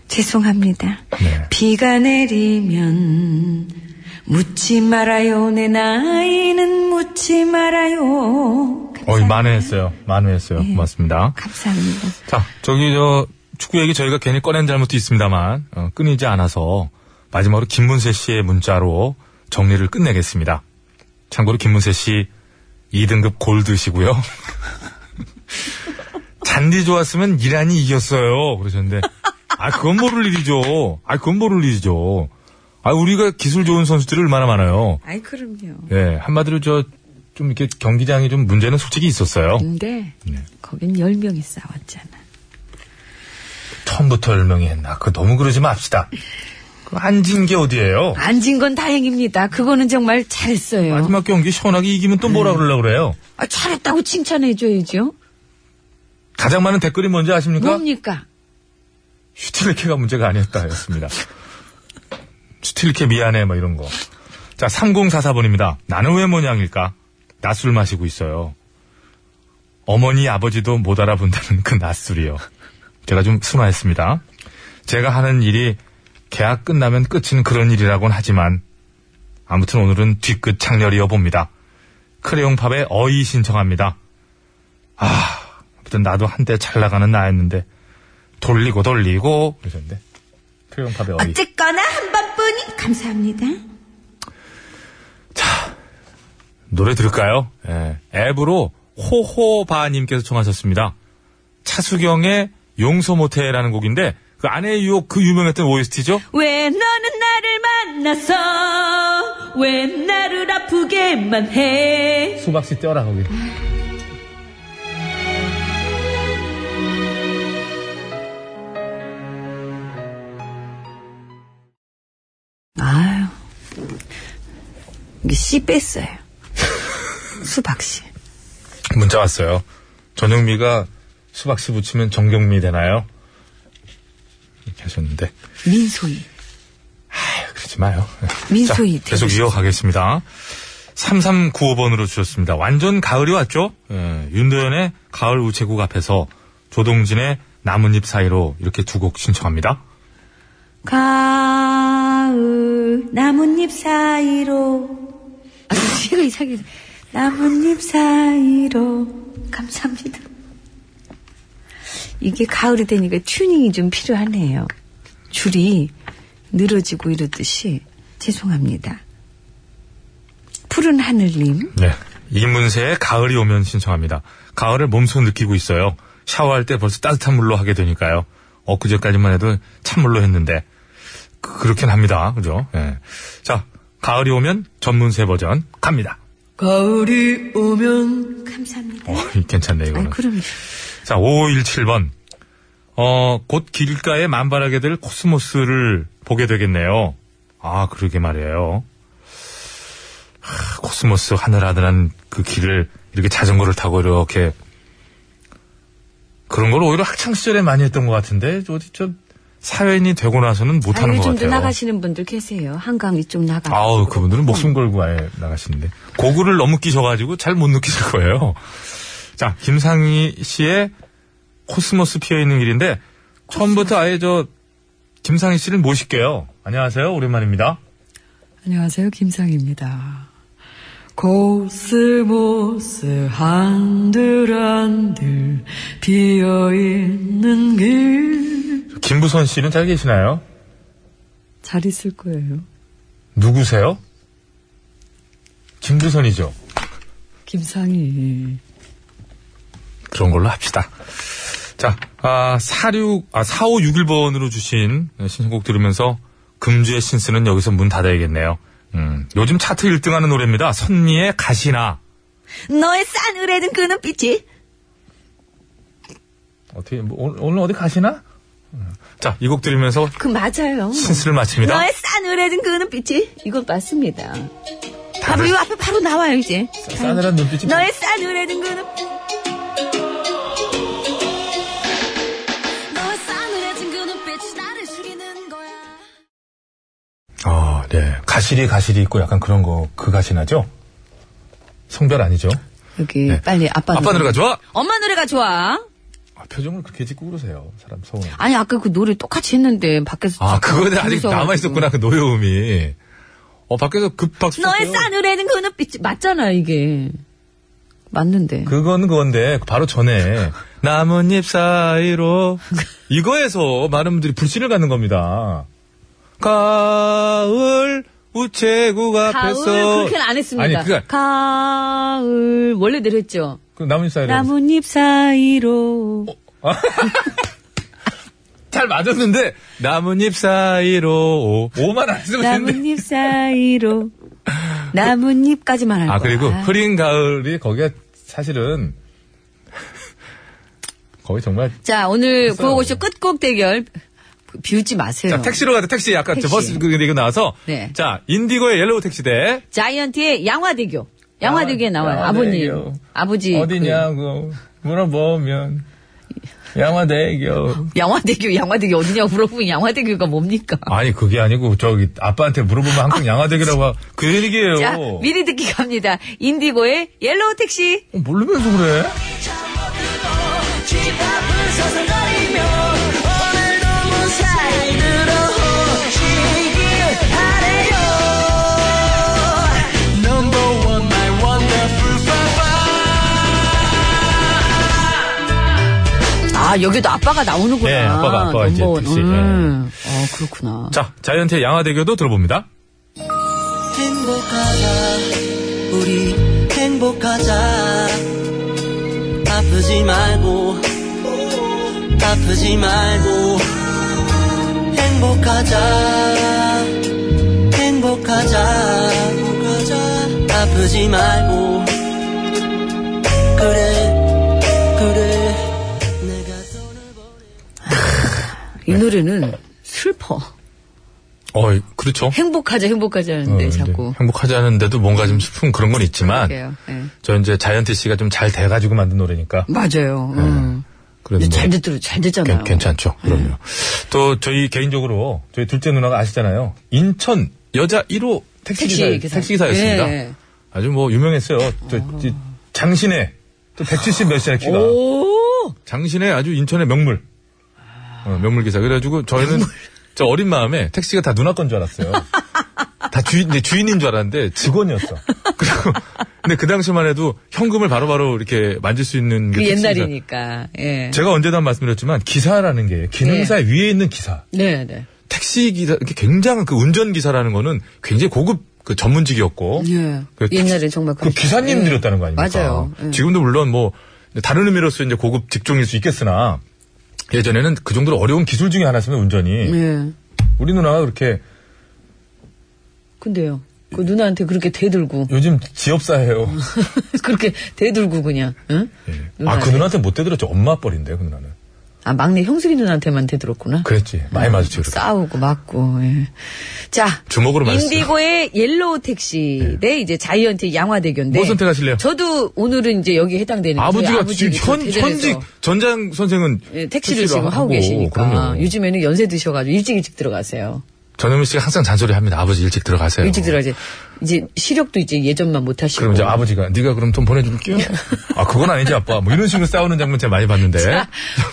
Speaker 3: 죄송합니다
Speaker 2: 네.
Speaker 3: 비가 내리면 묻지 말아요 내 나이는 묻지 말아요
Speaker 2: 어이, 만회했어요. 만회했어요. 고맙습니다.
Speaker 3: 감사합니다
Speaker 2: 자, 저기 저 축구 얘기 저희가 괜히 꺼낸 잘못도 있습니다만 어, 끊이지 않아서 마지막으로 김문세 씨의 문자로 정리를 끝내겠습니다. 참고로 김문세 씨 2등급 골드시고요. (laughs) 잔디 좋았으면 이란이 이겼어요. 그러셨는데 아 그건 모를 일이죠. 아 그건 모를 일이죠. 아 우리가 기술 좋은 선수들이 얼마나 많아요.
Speaker 3: 아이 그럼요
Speaker 2: 예 한마디로 저 좀 이렇게 경기장이 좀 문제는 솔직히 있었어요.
Speaker 3: 근데
Speaker 2: 네.
Speaker 3: 거긴 10명이 싸웠잖아
Speaker 2: 처음부터 열명이 했나? 그 너무 그러지 맙시다. 그 안진 게 어디예요?
Speaker 3: 앉은 건 다행입니다. 그거는 정말 잘했어요.
Speaker 2: 마지막 경기 시원하게 이기면 또 뭐라 그러려고 그래요?
Speaker 3: 아, 잘했다고 칭찬해줘야죠.
Speaker 2: 가장 많은 댓글이 뭔지 아십니까?
Speaker 3: 뭡니까?
Speaker 2: 스틸리케가 문제가 아니었다였습니다. 스틸리케 미안해 뭐 이런 거. 자 3044번입니다. 나는 왜 모양일까? 낮술 마시고 있어요. 어머니 아버지도 못 알아본다는 그 낮술이요. 제가 좀 순화했습니다. 제가 하는 일이 계약 끝나면 끝인 그런 일이라곤 하지만 아무튼 오늘은 뒤끝 창렬이어 봅니다. 크레용팝의 어이 신청합니다. 아, 아무튼 나도 한때 잘 나가는 나였는데 돌리고 돌리고 그러셨는데 크레용팝의 어이.
Speaker 6: 어쨌거나 한 번뿐이 감사합니다.
Speaker 2: 노래 들을까요? 예. 앱으로 호호바님께서 청하셨습니다. 차수경의 용서 못해라는 곡인데 그 아내의 유혹 그 유명했던 OST죠?
Speaker 21: 왜 너는 나를 만나서 왜 나를 아프게만 해
Speaker 2: 수박씨 떼어라 거기.
Speaker 3: 아유. 이게 씨
Speaker 2: (laughs)
Speaker 3: 뺐어요. 수박씨.
Speaker 2: 문자 왔어요. 전영미가 수박씨 붙이면 정경미 되나요? 이렇게 하셨는데
Speaker 3: 민소희.
Speaker 2: 그러지 마요. 예.
Speaker 3: 민소희
Speaker 2: 자, 계속 이어가겠습니다. 3395번으로 주셨습니다. 완전 가을이 왔죠? 예, 윤도현의 가을 우체국 앞에서 조동진의 나뭇잎 사이로 이렇게 두 곡 신청합니다.
Speaker 6: 가을 나뭇잎 사이로
Speaker 3: 아, 시가 이상해.
Speaker 6: 나뭇잎 사이로 감사합니다.
Speaker 3: 이게 가을이 되니까 튜닝이 좀 필요하네요. 줄이 늘어지고 이러듯이. 죄송합니다. 푸른 하늘님.
Speaker 2: 네. 이문세의 가을이 오면 신청합니다. 가을을 몸소 느끼고 있어요. 샤워할 때 벌써 따뜻한 물로 하게 되니까요. 엊그제까지만 해도 찬물로 했는데. 그- 그렇긴 합니다. 그죠? 예. 자, 가을이 오면 전문세 버전 갑니다.
Speaker 3: 가을이 오면. 감사합니다.
Speaker 2: 어, 괜찮네, 이거는.
Speaker 3: 그럼.
Speaker 2: 자, 5517번. 어, 곧 길가에 만발하게 될 코스모스를 보게 되겠네요. 아, 그러게 말이에요. 하, 코스모스 하늘하늘한 그 길을 이렇게 자전거를 타고 이렇게 그런 걸 오히려 학창시절에 많이 했던 것 같은데, 어디 좀 사회인이 되고 나서는
Speaker 3: 아,
Speaker 2: 못하는 것
Speaker 3: 요즘도
Speaker 2: 같아요.
Speaker 3: 나가시는 분들 계세요. 한강 이쪽 나가.
Speaker 2: 아우, 그분들은 목숨 걸고 아예 나가시는데. 고구를 너무 끼셔가지고 잘 못 느끼실 거예요. 자, 김상희 씨의 코스모스 피어 있는 길인데, 처음부터 아예 저, 김상희 씨를 모실게요. 안녕하세요. 오랜만입니다.
Speaker 22: 안녕하세요. 김상입니다. 코스모스 한들한들 비어있는 길.
Speaker 2: 김부선 씨는 잘 계시나요?
Speaker 22: 잘 있을 거예요.
Speaker 2: 누구세요? 김부선이죠.
Speaker 22: 김상희.
Speaker 23: 그런 걸로 합시다. 자, 아, 46, 아, 4561번으로 주신 신청곡 들으면서 금주의 신스는 여기서 문 닫아야겠네요. 음, 요즘 차트 1등 하는 노래입니다. 선미의 가시나.
Speaker 6: 너의 싸늘해진 그 눈빛이
Speaker 2: 어떻게, 뭐, 오늘, 오늘 어디 가시나?
Speaker 23: 음,
Speaker 2: 자, 이 곡 들으면서
Speaker 22: 그 맞아요.
Speaker 2: 신스를 마칩니다.
Speaker 6: 너의 싸늘해진 그 눈빛이 이건 맞습니다.
Speaker 2: 다들-
Speaker 6: 바로 이 앞에 바로 나와요 이제.
Speaker 2: 싸늘한 눈빛이
Speaker 6: 너의 싸늘해진 그 눈빛.
Speaker 24: 너의 싸늘해진 그 눈빛이 나를 죽이는 거야
Speaker 2: 아, 네. 가실이 가실이 있고 약간 그런 거, 그 가시나죠? 성별 아니죠?
Speaker 22: 여기 빨리 아빠
Speaker 2: 네. 아빠 노래가 좋아?
Speaker 3: 엄마 노래가 좋아.
Speaker 2: 아, 표정을 그렇게 짓고 그러세요. 사람 서운.
Speaker 3: 아니 아까 그 노래 똑같이 했는데 밖에서
Speaker 2: 아, 그거는
Speaker 3: 는
Speaker 2: 아직 남아있었구나, 그 노여움이. 어, 밖에서 급박수.
Speaker 3: 너의 싸늘해는 그 눈빛 맞잖아 이게 맞는데
Speaker 2: 그건 그건데, 바로 전에. 나뭇잎 사이로. 이거에서 많은 분들이 불신을 갖는 겁니다. 가을 우체국
Speaker 3: 가을
Speaker 2: 앞에서.
Speaker 3: 그렇게는 안 했습니다.
Speaker 2: 아니, 그니까.
Speaker 3: 가을 원래대로 했죠.
Speaker 2: 그 나뭇잎 사이로.
Speaker 3: 나뭇잎 사이로
Speaker 2: 어, 잘 맞았는데, 나뭇잎 사이로. 오. 만안 쓰면 되는데.
Speaker 22: 나뭇잎
Speaker 2: (laughs)
Speaker 22: 사이로 나뭇잎까지만 할 거야.
Speaker 2: 아, 그리고 흐린 가을이 거기가 사실은 거의 정말
Speaker 3: 자 오늘
Speaker 2: 했어요.
Speaker 3: 구호고쇼 끝곡 대결 비웃지 마세요.
Speaker 2: 자, 택시로 가자. 네. 택시 아까 저
Speaker 3: 택시.
Speaker 2: 버스 그 얘기 나와서
Speaker 3: 네.
Speaker 2: 자, 인디고의 옐로우 택시 대
Speaker 3: 자이언티의 양화대교. 양화대교에 나와요.
Speaker 2: 양화대교.
Speaker 3: 아버님. 아버지.
Speaker 2: 어디냐고 물어보면 양화대교.
Speaker 3: 그 양화대교, 양화대교 어디냐고 물어보면 양화대교가 뭡니까?
Speaker 2: 아니, 그게 아니고 저기 아빠한테 물어보면 항상 양화대교라고 하- 그 얘기예요.
Speaker 3: 자, 미리 듣기 갑니다. 인디고의 옐로우 택시.
Speaker 2: 어, 모르면서 그래?
Speaker 1: 집 앞을 서성거리며 오늘도 무사히 들어오시길 바래요 Number one, my wonderful
Speaker 3: 아, 여기도 아빠가 나오는구나.
Speaker 2: 네, 아빠가 아빠가 이제
Speaker 3: 넘버원.
Speaker 2: 택시. 네.
Speaker 3: 음. 어, 그렇구나.
Speaker 2: 자, 자이언트의 양화대교도 들어봅니다.
Speaker 1: 행복하자 우리 행복하자 아프지 말고 아프지 말고 행복하자 행복하자 아프지 말고 그래 그래
Speaker 3: 이 노래는 슬퍼.
Speaker 2: 어, 그렇죠.
Speaker 3: 행복하자, 행복하자
Speaker 2: 어, 근데
Speaker 3: 하는데 자꾸.
Speaker 2: 행복하지 않은데도 뭔가 좀 슬픈 그런 건 있지만
Speaker 3: 그래요. 예.
Speaker 2: 저 이제 자이언티 씨가 좀 잘 돼가지고 만든 노래니까.
Speaker 3: 맞아요. 음.
Speaker 2: 그래도
Speaker 3: 잘
Speaker 2: 뭐
Speaker 3: 듣, 잘 듣잖아요.
Speaker 2: 네.
Speaker 3: 네.
Speaker 2: 괜- 괜찮죠. 그럼요. 또 저희 개인적으로 저희 둘째 누나가 아시잖아요. 인천 여자 1호 택시기사,
Speaker 3: 택시 기사. 아.
Speaker 2: 택시기사였습니다.
Speaker 3: 예.
Speaker 2: 아주 뭐 유명했어요. 저, 저 장신혜 또 170 몇이나 키가. 장신혜 아주 인천의 명물. 어, 명물 기사. 그래가지고 저희는 저 어린 마음에 택시가 다 누나 건 줄
Speaker 3: (laughs)
Speaker 2: 알았어요. 다 주인, 이제 주인인 줄 알았는데 직원이었어. 그리고 근데 그 당시만 해도 현금을 바로바로 이렇게 만질 수 있는 게
Speaker 3: 그
Speaker 2: 택시 기사.
Speaker 3: 옛날이니까. 예.
Speaker 2: 제가 언제도 한 말씀드렸지만 기사라는 게 기능사 위에 있는 기사.
Speaker 3: 네, 네.
Speaker 2: 택시 기사 이렇게 굉장한 그 운전 기사라는 거는 굉장히 고급 그 전문직이었고
Speaker 3: 예.
Speaker 2: 그 택시-
Speaker 3: 옛날에 정말
Speaker 2: 그
Speaker 3: 그랬죠.
Speaker 2: 기사님들이었다는 거
Speaker 3: 예.
Speaker 2: 아닙니까?
Speaker 3: 맞아요. 예.
Speaker 2: 지금도 물론 뭐 다른 의미로서 이제 고급 직종일 수 있겠으나 예전에는 그 정도로 어려운 기술 중에 하나였으면 운전이
Speaker 3: 예.
Speaker 2: 우리 누나가 그렇게
Speaker 3: 근데요. 그 누나한테 그렇게 대들고
Speaker 2: 요즘 지업사예요.
Speaker 3: (laughs) 그렇게 대들고 그냥 응?
Speaker 2: 아 그
Speaker 3: 누나한테.
Speaker 2: 누나한테 못 대들었죠. 엄마 아뻘인데 그 누나는.
Speaker 3: 아 막내 형수리 누나한테만 대들었구나.
Speaker 2: 그랬지. 많이 마주치고 그랬-
Speaker 3: 싸우고 맞고. 예. 자
Speaker 2: 주먹으로 맞았어요.
Speaker 3: 인디고의 옐로우 택시 대 이제 자이언티 양화대교인데.
Speaker 2: 뭐 선택하실래요?
Speaker 3: 저도 오늘은 이제 여기 해당되는 저희
Speaker 2: 아버지가 지금
Speaker 3: 네, 아버지가
Speaker 2: 현,
Speaker 3: 대전에서
Speaker 2: 현직 전장 선생은
Speaker 3: 예, 택시를 지금 하고 계시니까 아,
Speaker 2: 그럼요.
Speaker 3: 요즘에는 연세 드셔가지고 일찍 일찍 들어가세요.
Speaker 2: 전현미 씨가 항상 잔소리합니다. 아버지 일찍 들어가세요.
Speaker 3: 일찍 들어가지. 이제 시력도 이제 예전만 못 하시고.
Speaker 2: 네. 그럼 이제 아버지가 네가 그럼 돈 보내줄게요. 아 그건 아니지 아빠. 뭐 이런 식으로 싸우는 장면 제가 많이 봤는데.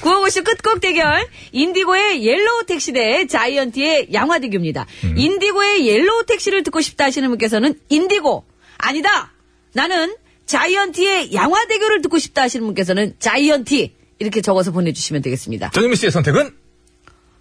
Speaker 3: 구호고쇼 끝곡 대결 인디고의 옐로우 택시 대 자이언티의 양화대교입니다.
Speaker 2: 음.
Speaker 3: 인디고의 옐로우 택시를 듣고 싶다 하시는 분께서는 인디고 아니다 나는 자이언티의 양화대교를 듣고 싶다 하시는 분께서는 자이언티 이렇게 적어서 보내주시면 되겠습니다.
Speaker 2: 전현미 씨의 선택은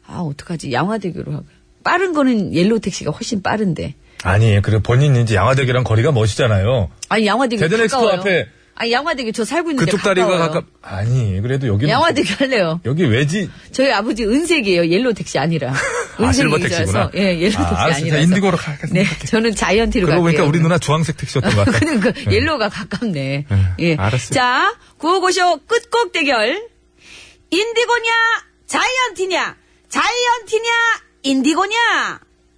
Speaker 3: 아 어떡하지 양화대교로 하고 빠른 거는 옐로우 택시가 훨씬 빠른데
Speaker 2: 아니, 그래 본인 이제 양화대교랑 거리가 멋이잖아요.
Speaker 3: 아니 양화대교
Speaker 2: 대전 엑스포
Speaker 3: 가까워요.
Speaker 2: 앞에
Speaker 3: 아니 양화대교 저 살고 있는데
Speaker 2: 그쪽 다리가
Speaker 3: 가까워요.
Speaker 2: 가깝. 아니, 그래도 여기
Speaker 3: 양화대교 할래요.
Speaker 2: 여기 왜지?
Speaker 3: 저희 아버지 은색이에요. 옐로 택시 아니라.
Speaker 2: 아, 실버
Speaker 3: 은색이라서.
Speaker 2: 택시구나.
Speaker 3: 예, 옐로
Speaker 2: 아,
Speaker 3: 택시
Speaker 2: 알았어.
Speaker 3: 아니라서.
Speaker 2: 자, 인디고로 가겠습니다.
Speaker 3: 네, 저는 자이언티로
Speaker 2: 그러고
Speaker 3: 갈게요.
Speaker 2: 보니까 우리 누나 주황색 택시였던 것 같아.
Speaker 3: (laughs)
Speaker 2: 예.
Speaker 3: 그러니까 옐로가 가깝네. 예.
Speaker 2: 알았어요.
Speaker 3: 자, 구호고쇼 끝곡 대결. 인디고냐, 자이언티냐, 자이언티냐, 인디고냐.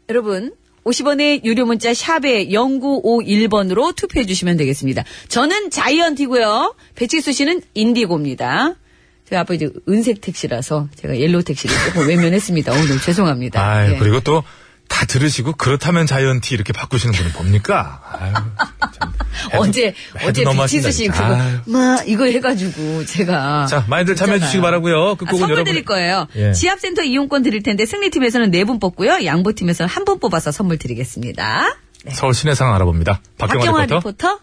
Speaker 3: 여러분, 50원의 유료 문자 샵에 0951번으로 투표해 주시면 되겠습니다. 저는 자이언티고요. 배치수 씨는 인디고입니다. 제가 아빠 이제 은색 택시라서 제가 옐로 택시를 조금 외면했습니다. 오늘 죄송합니다.
Speaker 2: 아,
Speaker 3: 예.
Speaker 2: 그리고 또 다 들으시고 그렇다면 자이언티 이렇게 바꾸시는 분은 뭡니까? 아유,
Speaker 3: (laughs) 어제
Speaker 2: 해도
Speaker 3: 어제
Speaker 2: 너무하신다,
Speaker 3: 배치수 씨
Speaker 2: 진짜.
Speaker 3: 그거
Speaker 2: 아유.
Speaker 3: 막 이거 해가지고 제가
Speaker 2: 자, 많이들 참여해 주시기
Speaker 3: 있잖아요.
Speaker 2: 바라고요.
Speaker 5: 그
Speaker 3: 아,
Speaker 2: 끝곡은
Speaker 3: 선물
Speaker 2: 여러분
Speaker 3: 드릴 거예요.
Speaker 2: 예.
Speaker 3: 지압센터 이용권 드릴 텐데 승리팀에서는 네 분 뽑고요. 양보팀에서는 한 분 뽑아서 선물 드리겠습니다.
Speaker 2: 서울 시내 상황 알아봅니다. 박경화,
Speaker 3: 박경화
Speaker 2: 리포터.
Speaker 3: 리포터.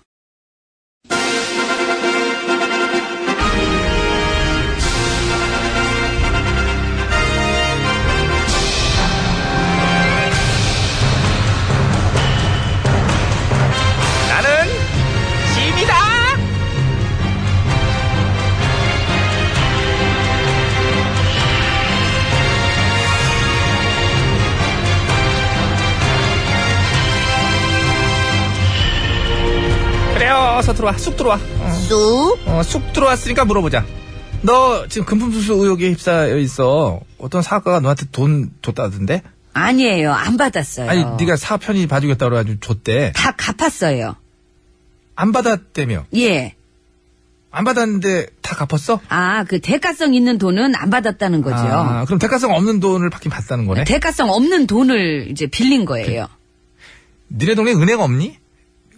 Speaker 25: 나는 짐이다.
Speaker 5: 그래요, 어서 들어와. 쑥 들어와. 어.
Speaker 26: 쑥?
Speaker 5: 어, 쑥 들어왔으니까 물어보자. 너 지금 금품수수 의혹에 휩싸여 있어. 어떤 사업가가 너한테 돈 줬다던데?
Speaker 3: 아니에요. 안 받았어요.
Speaker 5: 아니, 네가 사업 편의 봐주겠다 그래가지고 줬대.
Speaker 3: 다 갚았어요.
Speaker 5: 안 받았다며.
Speaker 3: 예.
Speaker 5: 안 받았는데 다 갚았어?
Speaker 3: 아, 그 대가성 있는 돈은 안 받았다는 거죠.
Speaker 5: 아, 그럼 대가성 없는 돈을 받긴 받다는 거네. 그,
Speaker 3: 대가성 없는 돈을 이제 빌린 거예요.
Speaker 5: 니네 동네 은행 없니?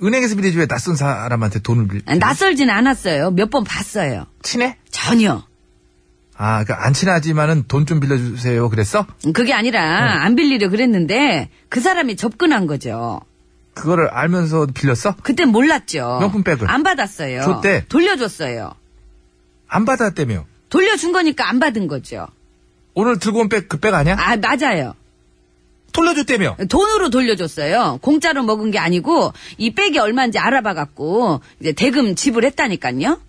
Speaker 5: 은행에서 빌리지 왜 낯선 사람한테 돈을 빌?
Speaker 3: 아, 낯설진 않았어요. 몇 번 봤어요.
Speaker 5: 친해?
Speaker 3: 전혀.
Speaker 5: 아, 그러니까 안 친하지만은 돈 좀 빌려주세요. 그랬어?
Speaker 3: 그게
Speaker 5: 네.
Speaker 3: 아니라 안 빌리려 그랬는데 그 사람이 접근한 거죠.
Speaker 5: 그거를 알면서 빌렸어?
Speaker 3: 그땐 몰랐죠.
Speaker 5: 명품백을.
Speaker 3: 안 받았어요.
Speaker 5: 줬대.
Speaker 3: 돌려줬어요.
Speaker 5: 안 받았다며.
Speaker 3: 돌려준 거니까 안 받은 거죠.
Speaker 5: 오늘 들고 온 백, 그 백 아니야?
Speaker 3: 아, 맞아요.
Speaker 5: 돌려줬다며.
Speaker 3: 돈으로 돌려줬어요. 공짜로 먹은 게 아니고 이 백이 얼마인지 알아봐갖고 이제 대금 지불했다니까요.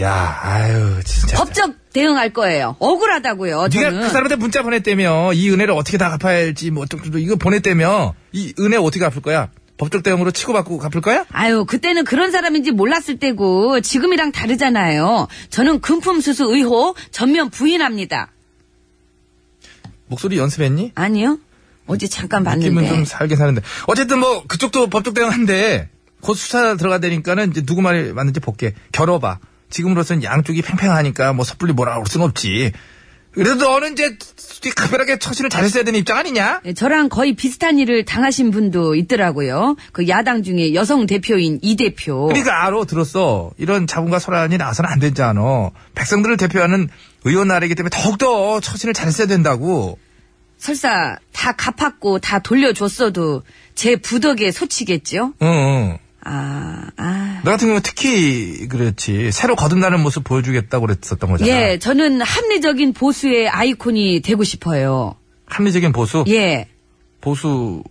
Speaker 5: 야, 아유, 진짜.
Speaker 3: 법적 대응할 거예요. 억울하다고요.
Speaker 5: 네가
Speaker 3: 저는.
Speaker 5: 그 사람한테 문자 보냈다며. 이 은혜를 어떻게 다 갚아야 할지, 뭐, 어쩌고저쩌고 이거 보냈다며. 이 은혜 어떻게 갚을 거야? 법적 대응으로 치고받고 갚을 거야?
Speaker 3: 아유, 그때는 그런 사람인지 몰랐을 때고 지금이랑 다르잖아요. 저는 금품 수수 의혹 전면 부인합니다.
Speaker 5: 목소리 연습했니?
Speaker 3: 아니요. 어제 잠깐
Speaker 5: 느낌은
Speaker 3: 봤는데.
Speaker 5: 좀 살게 사는데. 어쨌든 뭐, 그쪽도 법적 대응한데, 곧 수사 들어가되니까는 이제 누구 말이 맞는지 볼게. 겨뤄봐. 지금으로선 양쪽이 팽팽하니까 뭐 섣불리 뭐라 올 순 없지. 그래도 너는 이제 가벼하게 처신을 잘했어야 되는 입장 아니냐?
Speaker 3: 예, 저랑 거의 비슷한 일을 당하신 분도 있더라고요. 그 야당 중에 여성 대표인 이 대표.
Speaker 5: 그러니까 알어 들었어. 이런 자본과 소란이 나서는 안 되잖아. 백성들을 대표하는 의원 나라이기 때문에 더욱더 처신을 잘했어야 된다고.
Speaker 3: 설사 다 갚았고 다 돌려줬어도 제 부덕에 소치겠죠?
Speaker 5: 응, 응.
Speaker 3: 아, 아.
Speaker 5: 너 같은 경우는 특히 그렇지. 새로 거듭나는 모습 보여주겠다고 그랬었던 거잖아.
Speaker 3: 예, 저는 합리적인 보수의 아이콘이 되고 싶어요.
Speaker 5: 합리적인 보수.
Speaker 3: 예,
Speaker 5: 보수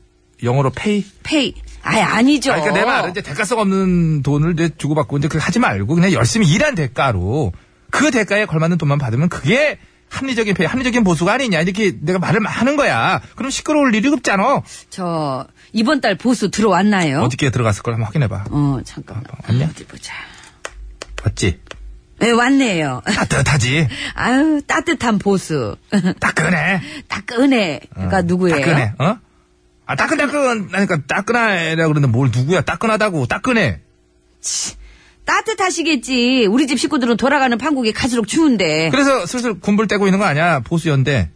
Speaker 5: 영어로 페이.
Speaker 3: 페이. 아, 아니죠.
Speaker 5: 아니,
Speaker 27: 어.
Speaker 5: 그러니까 내 말은 이제 대가성 없는 돈을 이제 주고받고 이제 그 하지 말고 그냥 열심히 일한 대가로 그 대가에 걸맞는 돈만 받으면 그게 합리적인 배, 합리적인 보수가 아니냐 이렇게 내가 말을 막 하는 거야. 그럼 시끄러울 일이
Speaker 27: 어?
Speaker 5: 없잖아.
Speaker 3: 저 이번 달 보수 들어왔나요?
Speaker 5: 어떻게 들어갔을 걸 한번 확인해봐.
Speaker 3: 어, 잠깐만.
Speaker 5: 아, 왔냐?
Speaker 3: 어디 보자.
Speaker 5: 맞지?
Speaker 3: 네, 왔네요.
Speaker 5: 따뜻하지.
Speaker 3: 아유, 따뜻한 보수. (laughs)
Speaker 5: 따끈해.
Speaker 3: 따끈해가 그러니까 누구예요?
Speaker 5: 음, 따끈해. 어? 아 따끈따끈. 그러니까 따끈해라 그러는데 뭘 누구야? 따끈하다고. 따끈해.
Speaker 3: 따뜻하시겠지. 우리 집 식구들은 돌아가는 판국이 갈수록 추운데.
Speaker 5: 그래서 슬슬 군불 떼고 있는 거 아니야? 보수 연대.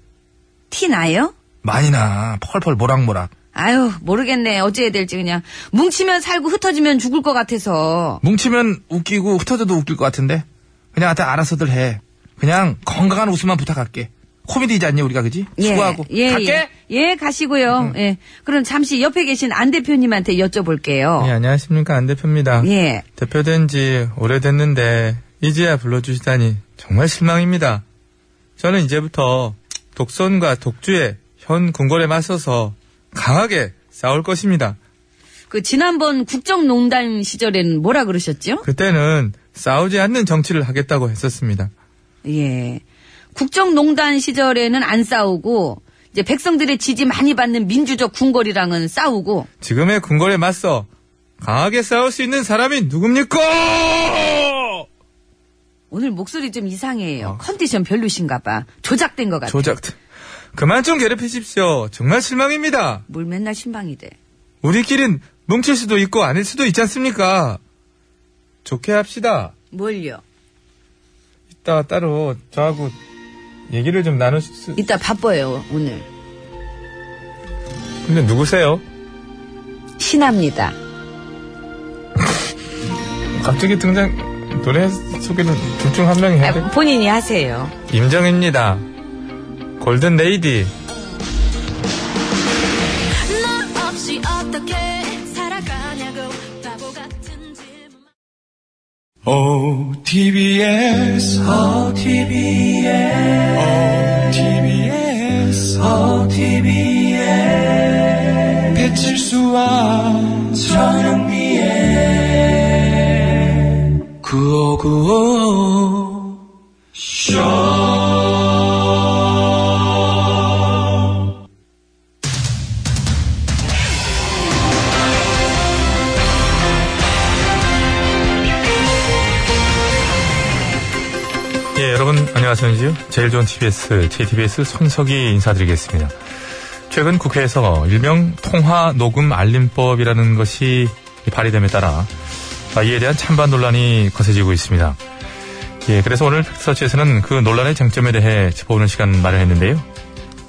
Speaker 3: 티 나요?
Speaker 5: 많이 나. 펄펄 모락모락.
Speaker 3: 아유, 모르겠네. 어찌해야 될지 그냥. 뭉치면 살고 흩어지면 죽을 것 같아서.
Speaker 5: 뭉치면 웃기고 흩어져도 웃길 것 같은데 그냥 하여튼 알아서들 해 그냥 건강한 웃음만 부탁할게 코미디잖니 우리가 그지 수고하고
Speaker 3: 예,
Speaker 5: 갈게 음.
Speaker 3: 예, 예, 가시고요. 예. 그럼 잠시 옆에 계신 안 대표님한테 여쭤볼게요.
Speaker 28: 예, 안녕하십니까. 안 대표입니다.
Speaker 3: 예.
Speaker 28: 대표된 지 오래됐는데, 이제야 불러주시다니, 정말 실망입니다. 저는 이제부터 네, 독선과 독주의 현 궁궐에 맞서서 강하게 싸울 것입니다.
Speaker 3: 그 지난번 국정농단 시절에는 뭐라 그러셨죠?
Speaker 27: 그때는 싸우지 않는 정치를 하겠다고 했었습니다.
Speaker 3: 예. 국정농단 시절에는 안 싸우고 이제 백성들의 지지 많이 받는 민주적 궁궐이랑은 싸우고
Speaker 27: 지금의 궁궐에 맞서 강하게 싸울 수 있는 사람이 누굽니까?
Speaker 3: 오늘 목소리 좀 이상해요.
Speaker 5: 어.
Speaker 3: 컨디션 별로신가 봐. 조작된 것 같아.
Speaker 27: 조작. 그만 좀 괴롭히십시오. 정말 실망입니다.
Speaker 3: 뭘 맨날 신방이 돼.
Speaker 27: 우리끼린 뭉칠 수도 있고 아닐 수도 있지 않습니까? 좋게 합시다.
Speaker 3: 뭘요?
Speaker 27: 이따 따로 저하고 얘기를 좀 나눌 수.
Speaker 3: 이따 바빠요 오늘.
Speaker 27: 근데 누구세요?
Speaker 3: 신합니다.
Speaker 27: 갑자기 등장 노래 소개는 둘 중 한 명이 해야 돼.
Speaker 3: 본인이 하세요.
Speaker 27: 임정입니다. 골든 레이디.
Speaker 24: 너 없이 어떻게 살아가냐고 바보 같은 질문
Speaker 1: OTBS, OTBS, OTBS, OTBS. 배칠수와 저녁미에 9595 쇼.
Speaker 2: 예, 여러분 안녕하세요. 제일 좋은 TBS, JTBS 손석희 인사드리겠습니다. 최근 국회에서 일명 통화 녹음 알림법이라는 것이 발의됨에 따라 아, 이에 대한 찬반 논란이 거세지고 있습니다. 예, 그래서 오늘 팩트서치에서는 그 논란의 쟁점에 대해 짚어보는 시간 마련했는데요.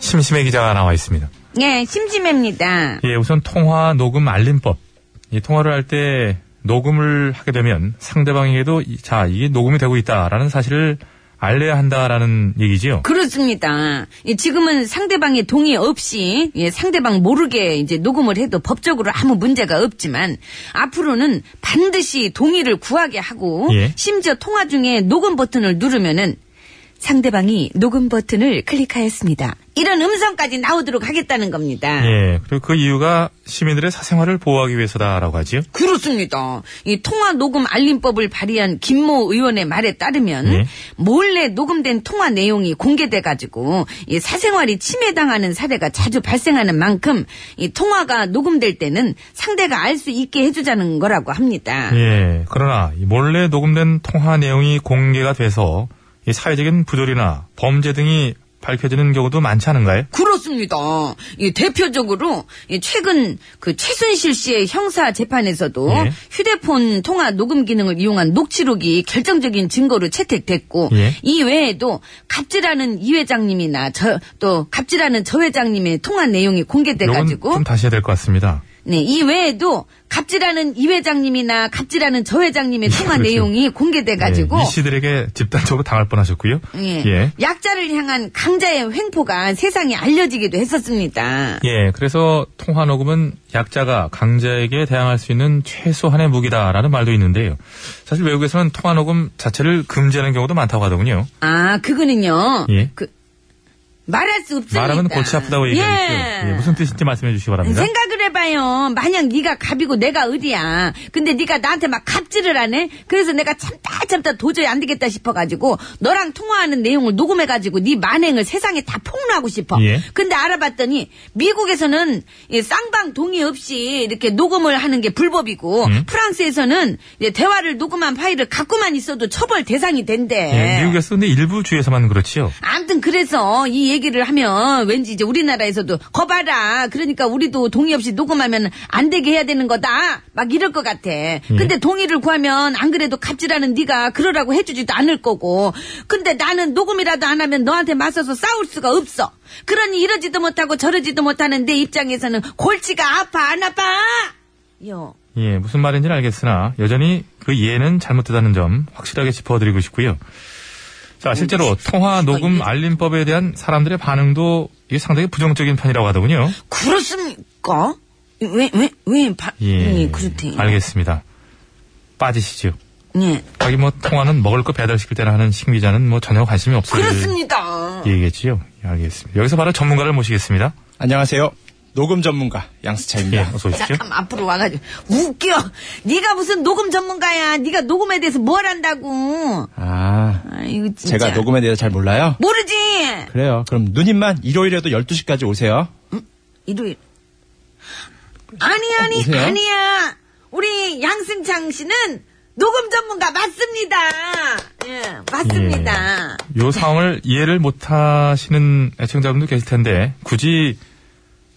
Speaker 2: 심심해 기자가 나와 있습니다.
Speaker 29: 예, 심심합니다.
Speaker 2: 예, 우선 통화 녹음 알림법. 이 통화를 할 때 녹음을 하게 되면 상대방에게도 이- 자, 이게 녹음이 되고 있다라는 사실을 알려야 한다라는 얘기지요.
Speaker 3: 그렇습니다. 예, 지금은 상대방의 동의 없이 예, 상대방 모르게 이제 녹음을 해도 법적으로 아무 문제가 없지만 앞으로는 반드시 동의를 구하게 하고
Speaker 2: 예.
Speaker 3: 심지어 통화 중에 녹음 버튼을 누르면은 상대방이 녹음 버튼을 클릭하였습니다. 이런 음성까지 나오도록 하겠다는 겁니다.
Speaker 2: 예, 그리고 그 이유가 시민들의 사생활을 보호하기 위해서다라고 하지요.
Speaker 3: 그렇습니다. 이 통화 녹음 알림법을 발의한 김모 의원의 말에 따르면
Speaker 2: 예.
Speaker 3: 몰래 녹음된 통화 내용이 공개돼 가지고 이 사생활이 침해당하는 사례가 자주 발생하는 만큼 이 통화가 녹음될 때는 상대가 알 수 있게 해주자는 거라고 합니다.
Speaker 2: 예, 그러나 이 몰래 녹음된 통화 내용이 공개가 돼서 이 사회적인 부조리나 범죄 등이 밝혀지는 경우도 많지 않은가요?
Speaker 3: 네, 그렇습니다. 이 대표적으로 이 최근 그 최순실 씨의 형사 재판에서도
Speaker 2: 예.
Speaker 3: 휴대폰 통화 녹음 기능을 이용한 녹취록이 결정적인 증거로 채택됐고
Speaker 2: 예.
Speaker 3: 이 외에도 갑질하는 이 회장님이나 저 또 갑질하는 저 회장님의 통화 내용이
Speaker 2: 요건
Speaker 3: 공개돼가지고
Speaker 2: 좀 다시 해야 될 것 같습니다.
Speaker 3: 네, 이 외에도 갑질하는 이 회장님이나 갑질하는 저 회장님의
Speaker 2: 예,
Speaker 3: 통화
Speaker 2: 그렇죠.
Speaker 3: 내용이 공개돼가지고
Speaker 2: 예, 이 씨들에게 집단적으로 당할 뻔하셨고요.
Speaker 3: 예.
Speaker 2: 예.
Speaker 3: 약자를 향한 강자의 횡포가 세상에 알려지기도 했었습니다.
Speaker 2: 예, 그래서 통화 녹음은 약자가 강자에게 대항할 수 있는 최소한의 무기다라는 말도 있는데요. 사실 외국에서는 통화 녹음 자체를 금지하는 경우도 많다고 하더군요.
Speaker 3: 아, 그거는요.
Speaker 2: 예.
Speaker 3: 말할 수 없으니까.
Speaker 2: 말하면 골치 아프다고 얘기하겠죠. 예. 무슨 뜻인지 말씀해 주시기 바랍니다.
Speaker 3: 그러니까. 생각을 해봐요. 만약 네가 갑이고 내가 을이야. 근데 네가 나한테 막 갑질을 하네. 그래서 내가 참다 참다 도저히 안 되겠다 싶어가지고 너랑 통화하는 내용을 녹음해가지고 네 만행을 세상에 다 폭로하고 싶어.
Speaker 30: 예.
Speaker 3: 근데 알아봤더니 미국에서는 이 쌍방 동의 없이 이렇게 녹음을 하는 게 불법이고
Speaker 2: 음.
Speaker 3: 프랑스에서는 이제 대화를 녹음한 파일을 갖고만 있어도 처벌 대상이 된대.
Speaker 2: 예, 미국에서 근데 일부 주에서만 그렇지요.
Speaker 3: 아무튼 그래서 이 얘기를 하면 왠지 이제 우리나라에서도 거봐라 그러니까 우리도 동의 없이 녹음하면 안 되게 해야 되는 거다 막 이럴 것 같아
Speaker 2: 예.
Speaker 3: 근데 동의를 구하면 안 그래도 갑질하는 네가 그러라고 해주지도 않을 거고 근데 나는 녹음이라도 안 하면 너한테 맞서서 싸울 수가 없어 그러니 이러지도 못하고 저러지도 못하는 내 입장에서는 골치가 아파 안 아파 요
Speaker 2: 예, 무슨 말인지는 알겠으나 여전히 그 이해는 잘못되다는 점 확실하게 짚어드리고 싶고요. 자,
Speaker 3: 뭐,
Speaker 2: 실제로 통화 녹음 알림법에 대한 사람들의 반응도 이게 상당히 부정적인 편이라고 하더군요.
Speaker 3: 그렇습니까 왜왜왜 바...
Speaker 2: 예,
Speaker 3: 그렇대요
Speaker 2: 알겠습니다. 빠지시죠.
Speaker 3: 예
Speaker 2: 자기 뭐 통화는 먹을 거 배달시킬 때나 하는 신기자는 뭐 전혀 관심이 없을
Speaker 3: 그렇습니다
Speaker 2: 얘기겠지요. 예, 알겠습니다. 여기서 바로 전문가를 모시겠습니다.
Speaker 9: 안녕하세요. 녹음 전문가
Speaker 3: 네.
Speaker 9: 양수차입니다.
Speaker 2: 어서 오십시오.
Speaker 3: 잠깐 앞으로 와가지고 웃겨. 네가 무슨 녹음 전문가야. 네가 녹음에 대해서 뭘 안다고.
Speaker 9: 아,
Speaker 3: 아이고 진짜.
Speaker 9: 제가 녹음에 대해서 잘 몰라요?
Speaker 3: 모르지.
Speaker 9: 그래요. 그럼 누님만 일요일에도 12시까지 오세요.
Speaker 3: 일요일. 아니 아니
Speaker 2: 어,
Speaker 9: 오세요?
Speaker 3: 아니야. 우리 양승창 씨는 녹음 전문가 맞습니다. 예, 맞습니다.
Speaker 2: 요 상황을 이해를 못하시는 애청자분도 계실 텐데 굳이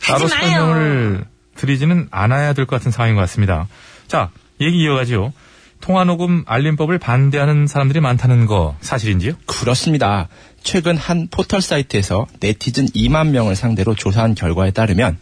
Speaker 2: 따로
Speaker 3: 하지 마요.
Speaker 2: 설명을 드리지는 않아야 될 것 같은 상황인 것 같습니다. 자, 얘기 이어가지요. 통화녹음 알림법을 반대하는 사람들이 많다는 거 사실인지요?
Speaker 9: 그렇습니다. 최근 한 포털 사이트에서 네티즌 2만 명을 상대로 조사한 결과에 따르면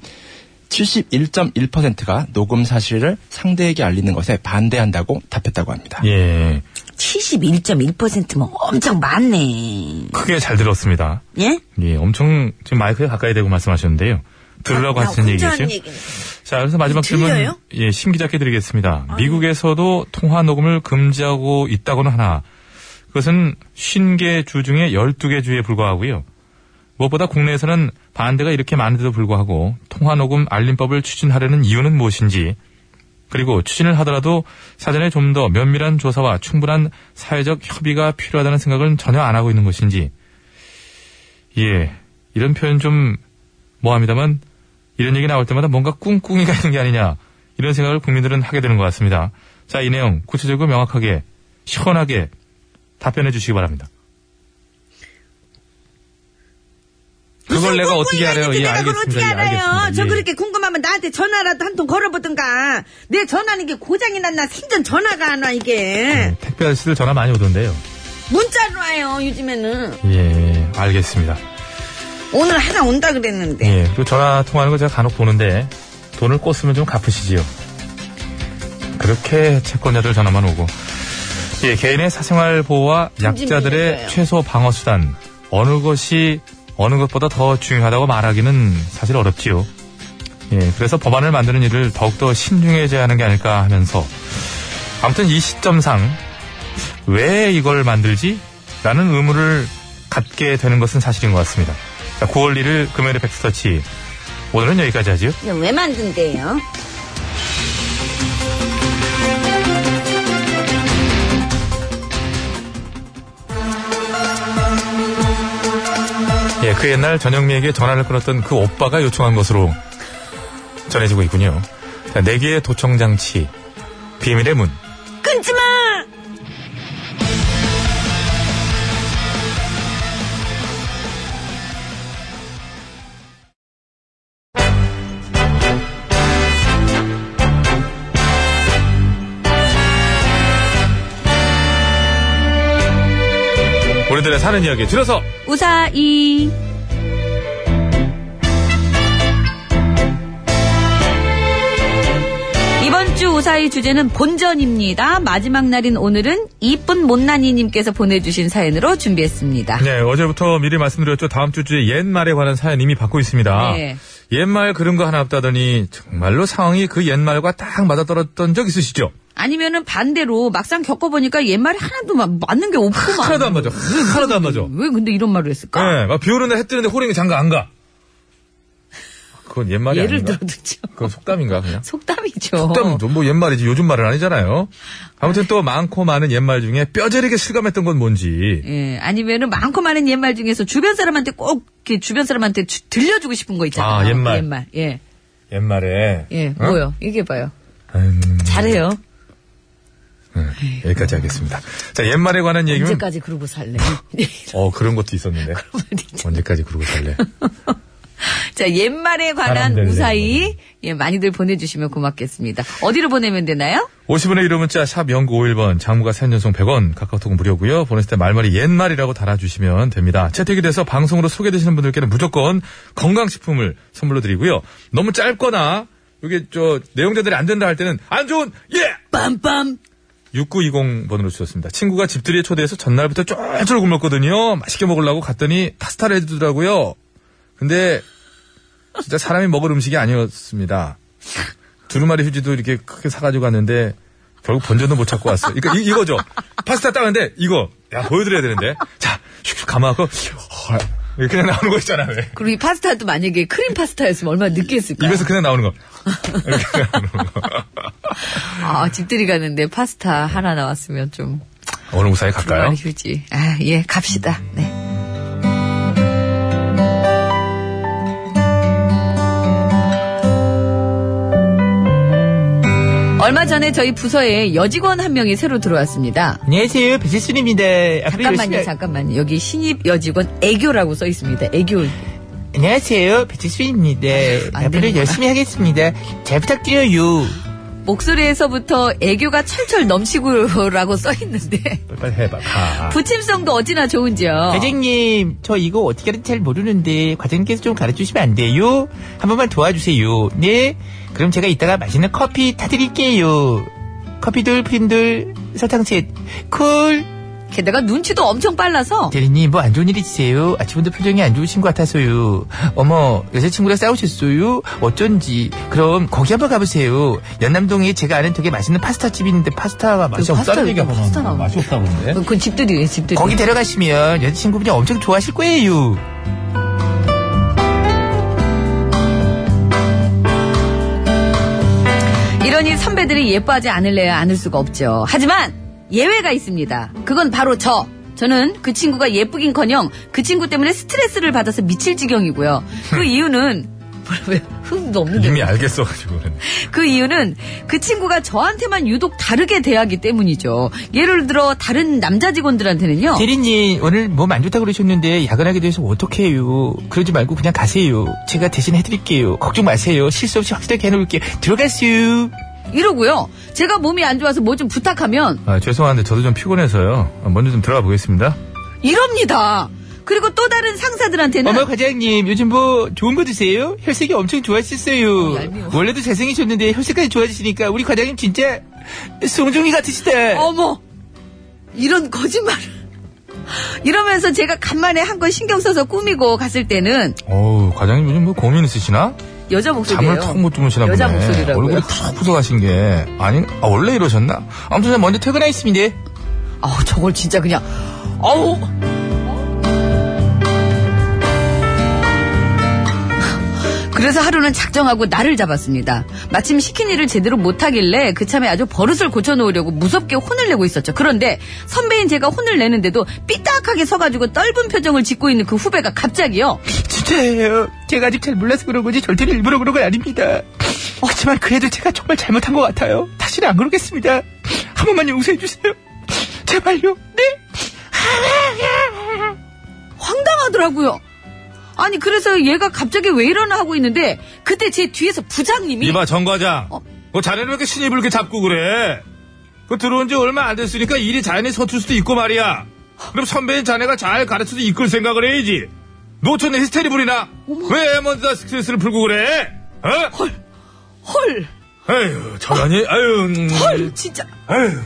Speaker 9: 71.1%가 녹음 사실을 상대에게 알리는 것에 반대한다고 답했다고 합니다.
Speaker 3: 아.
Speaker 2: 예.
Speaker 3: 71.1%면 엄청 많네.
Speaker 2: 크게 잘 들었습니다.
Speaker 3: 예?
Speaker 2: 예, 엄청 지금 마이크에 가까이 대고 말씀하셨는데요. 들으라고
Speaker 3: 나
Speaker 2: 하시는
Speaker 3: 혼자
Speaker 2: 얘기죠.
Speaker 3: 하는 얘기네.
Speaker 2: 자, 그래서 마지막 질문
Speaker 3: 아, 들려요? 아, 네.
Speaker 2: 예, 심 기자께 드리겠습니다. 미국에서도 통화 녹음을 금지하고 있다고는 하나 그것은 50개 주 중에 12개 주에 불과하고요. 무엇보다 국내에서는 반대가 이렇게 많은데도 불구하고 통화 녹음 알림법을 추진하려는 이유는 무엇인지 그리고 추진을 하더라도 사전에 좀 더 면밀한 조사와 충분한 사회적 협의가 필요하다는 생각은 전혀 안 하고 있는 것인지 예 이런 표현 좀 뭐합니다만 이런 얘기 나올 때마다 뭔가 꿍꿍이가 있는 게 아니냐 이런 생각을 국민들은 하게 되는 것 같습니다. 자 이 내용 구체적으로 명확하게 시원하게 답변해 주시기 바랍니다. 그걸 내가 어떻게 알아요? 예,
Speaker 3: 내가 뭐 그걸 어떻게
Speaker 2: 알겠습니다. 예,
Speaker 3: 알아요?
Speaker 2: 알겠습니다.
Speaker 3: 저
Speaker 2: 예.
Speaker 3: 그렇게 궁금하면 나한테 전화라도 한 통 걸어보든가. 내 전화는 이게 고장이 났나 생전 전화가 안 와 이게.
Speaker 2: 예, 택배 아저씨들 전화 많이 오던데요.
Speaker 3: 문자로 와요 요즘에는.
Speaker 2: 예, 알겠습니다.
Speaker 3: 오늘 하나 온다 그랬는데.
Speaker 2: 예, 그리고 전화 통화하는 거 제가 간혹 보는데 돈을 꽂으면 좀 갚으시지요. 그렇게 채권자들 전화만 오고. 예, 개인의 사생활 보호와 약자들의 최소 방어 수단 어느 것이 어느 것보다 더 중요하다고 말하기는 사실 어렵지요. 예, 그래서 법안을 만드는 일을 더욱더 신중해져야 하는 게 아닐까 하면서 아무튼 이 시점상 왜 이걸 만들지? 라는 의무를 갖게 되는 것은 사실인 것 같습니다. 자, 9월 1일 금요일의 백스터치. 오늘은 여기까지 하지요.
Speaker 3: 이거 왜 만든대요?
Speaker 2: 예, 그 옛날 전영미에게 전화를 끊었던 그 오빠가 요청한 것으로 전해지고 있군요. 자, 4개의 도청장치, 비밀의 문.
Speaker 3: 끊지 마.
Speaker 2: 우리들의 사는 이야기 줄여서
Speaker 3: 우사이. 이번 주 우사이 주제는 본전입니다. 마지막 날인 오늘은 이쁜 못난이님께서 보내주신 사연으로 준비했습니다.
Speaker 2: 네, 어제부터 미리 말씀드렸죠. 다음 주 주에 옛말에 관한 사연 이미 받고 있습니다.
Speaker 31: 네.
Speaker 2: 옛말 그런 거 하나 없다더니 정말로 상황이 그 옛말과 딱 맞아떨었던 적 있으시죠?
Speaker 31: 아니면은 반대로 막상 겪어보니까 옛말이 하나도 막 맞는 게 없구만.
Speaker 2: 하나도 안 맞아. 하나도 안 맞아.
Speaker 31: 왜 근데 이런 말을 했을까?
Speaker 2: 예, 막 비 오는 날 해 뜨는데 호랭이 장가 안 가. 그건 옛말이
Speaker 31: 예를
Speaker 2: 아닌가?
Speaker 31: 들어도 참
Speaker 2: 그건 속담인가 그냥?
Speaker 31: 속담이죠.
Speaker 2: 속담도 뭐 옛말이지 요즘 말은 아니잖아요. 아무튼 또 많고 많은 옛말 중에 뼈저리게 실감했던 건 뭔지.
Speaker 31: 예, 아니면은 많고 많은 옛말 중에서 주변 사람한테 꼭 이렇게 주변 사람한테 주- 들려주고 싶은 거 있잖아요.
Speaker 2: 아, 옛말.
Speaker 31: 옛말. 예.
Speaker 2: 옛말에
Speaker 31: 예,
Speaker 2: 어?
Speaker 31: 뭐요? 얘기해 봐요.
Speaker 2: 음,
Speaker 31: 잘해요.
Speaker 2: 여기까지 하겠습니다. 자 옛말에 관한 얘기는
Speaker 31: 언제까지 그러고
Speaker 2: (laughs)
Speaker 31: 살래?
Speaker 2: 어 그런 것도 있었는데 언제까지 그러고 살래?
Speaker 31: 자, 옛말에 관한
Speaker 2: 바람들래.
Speaker 31: 우사히 예, 많이들 보내주시면 고맙겠습니다. 어디로 보내면 되나요?
Speaker 2: 50원의 이름 문자 샵 0951번 장무가 3년송 100원 카카오톡 무료고요. 보냈을 때 말말이 옛말이라고 달아주시면 됩니다. 채택이 돼서 방송으로 소개되시는 분들께는 무조건 건강식품을 선물로 드리고요. 너무 짧거나 이게 저 내용자들이 안 된다 할 때는 안 좋은 예!
Speaker 31: 빰빰
Speaker 2: 6920번으로 주셨습니다. 친구가 집들이에 초대해서 전날부터 쫄쫄 굶었거든요. 맛있게 먹으려고 갔더니 파스타를 해주더라고요. 근데 진짜 사람이 먹을 음식이 아니었습니다. 두루마리 휴지도 이렇게 크게 사가지고 갔는데 결국 본전도 못 찾고 왔어요. 그러니까 이, 거죠 파스타 따는데 이거 야 보여드려야 되는데 자 슉슉 감아갖고 헐,
Speaker 23: 그냥 나오는 거 있잖아, 왜.
Speaker 3: 그리고 이 파스타도 만약에 크림 파스타였으면 얼마나 느끼했을까?
Speaker 23: 입에서 그냥 나오는 거.
Speaker 3: 아, 집들이 가는데 파스타 하나 나왔으면 좀.
Speaker 23: 오늘 무사히 갈까요?
Speaker 3: 주말 휴지. 아, 예, 갑시다. 네. 얼마 전에 저희 부서에 여직원 한 명이 새로 들어왔습니다.
Speaker 5: 안녕하세요, 배칠순입니다.
Speaker 28: 네,
Speaker 23: 아,
Speaker 5: 앞으로 열심히
Speaker 3: 잠깐만요,
Speaker 5: 할-
Speaker 3: 잠깐만요. 여기 신입 여직원 애교라고 써 있습니다. 애교.
Speaker 5: 안녕하세요, 배칠순입니다.
Speaker 3: 네, 안
Speaker 5: 앞으로
Speaker 3: 되는구나.
Speaker 5: 열심히 하겠습니다. 잘 부탁드려요.
Speaker 3: 목소리에서부터 애교가 철철 넘치고라고 써 있는데
Speaker 5: 빨리 해봐.
Speaker 2: 아,
Speaker 23: 아.
Speaker 3: 부침성도 어찌나 좋은지요.
Speaker 5: 과장님, 저 이거 어떻게 하는지 잘 모르는데 과장님께서 좀 가르쳐주시면 안 돼요? 한 번만 도와주세요. 네? 그럼 제가 이따가 맛있는 커피 타드릴게요. 커피돌, 프림돌, 설탕셋, 쿨!
Speaker 3: 게다가 눈치도 엄청 빨라서
Speaker 5: 대리님, 뭐 안 좋은 일 있으세요? 아침부터 표정이 안 좋으신 것 같아서요. 어머, 여자친구랑 싸우셨어요? 어쩐지. 그럼 거기 한번 가보세요. 연남동에 제가 아는 되게 맛있는 파스타집이 있는데 파스타가 맛이
Speaker 3: 그
Speaker 5: 아, 없다는
Speaker 3: 파스타,
Speaker 5: 얘기가
Speaker 3: 그 파스타 나오네. 맛이
Speaker 5: 없다는데?
Speaker 3: 그건 집들이에요, 집들이.
Speaker 5: 거기 데려가시면 여자친구분이 엄청 좋아하실 거예요.
Speaker 3: 이러니 선배들이 예뻐하지 않을래야 않을 수가 없죠. 하지만 예외가 있습니다. 그건 바로 저. 저는 그 친구가 예쁘긴커녕 그 친구 때문에 스트레스를 받아서 미칠 지경이고요. 그 이유는 뭐라고요? 흥도 없는데.
Speaker 23: 이미 알겠어가지고. 그랬네.
Speaker 3: 그 이유는 그 친구가 저한테만 유독 다르게 대하기 때문이죠. 예를 들어 다른 남자 직원들한테는요.
Speaker 5: 대리님 오늘 몸 안 좋다고 그러셨는데 야근하게 돼서 어떻게 해요 그러지 말고 그냥 가세요 제가 대신 해드릴게요 걱정 마세요 실수 없이 확실하게 해놓을게요 들어가세요
Speaker 3: 이러고요. 제가 몸이 안 좋아서 뭐 좀 부탁하면
Speaker 23: 아, 죄송한데 저도 좀 피곤해서요. 먼저 좀 들어가 보겠습니다.
Speaker 3: 이럽니다. 그리고 또 다른 상사들한테는
Speaker 5: 어머 과장님 요즘 뭐 좋은 거 드세요? 혈색이 엄청 좋아지셨어요
Speaker 3: 뭐.
Speaker 5: 원래도 잘생기셨는데 혈색까지 좋아지시니까 우리 과장님 진짜 송중이
Speaker 23: 네.
Speaker 5: 같으시다
Speaker 3: 어머 이런 거짓말 이러면서 제가 간만에 한 건 신경 써서 꾸미고 갔을 때는
Speaker 23: 어우, 과장님 요즘 뭐 고민 있으시나?
Speaker 3: 여자 목소리예요.
Speaker 23: 잠을 턱 못 주무시나 보네.
Speaker 3: 여자 목소리라고요.
Speaker 23: 얼굴이 푸석푸석하신 게 아니 아, 원래 이러셨나? 아무튼 저 먼저 퇴근하겠습니다.
Speaker 3: 아우 저걸 진짜 그냥 아우 그래서 하루는 작정하고 날을 잡았습니다. 마침 시킨 일을 제대로 못하길래 그참에 아주 버릇을 고쳐놓으려고 무섭게 혼을 내고 있었죠. 그런데 선배인 제가 혼을 내는데도 삐딱하게 서가지고 떫은 표정을 짓고 있는 그 후배가 갑자기요.
Speaker 5: 진짜예요. 제가 아직 잘 몰라서 그런 거지 절대로 일부러 그런 건 아닙니다. 어, 하지만 그래도 제가 정말 잘못한 것 같아요. 다시는 안 그러겠습니다. 한 번만 용서해 주세요. 제발요. 네.
Speaker 3: 황당하더라고요. 아니 그래서 얘가 갑자기 왜 이러나 하고 있는데 그때 제 뒤에서 부장님이
Speaker 32: 이봐 정 과장.
Speaker 3: 어?
Speaker 32: 뭐 자네는 왜 이렇게 신입을 이렇게 잡고 그래? 그 들어온 지 얼마 안 됐으니까 일이 자연히 서툴 수도 있고 말이야. 그럼 선배인 자네가 잘 가르쳐서 이끌 생각을 해야지. 노촌의 히스테리 부리나? 왜 먼저 다 스트레스를 풀고 그래? 어? 헐.
Speaker 3: 헐.
Speaker 32: 에휴, 저라니, 아유. 음.
Speaker 3: 헐 진짜
Speaker 32: 에휴.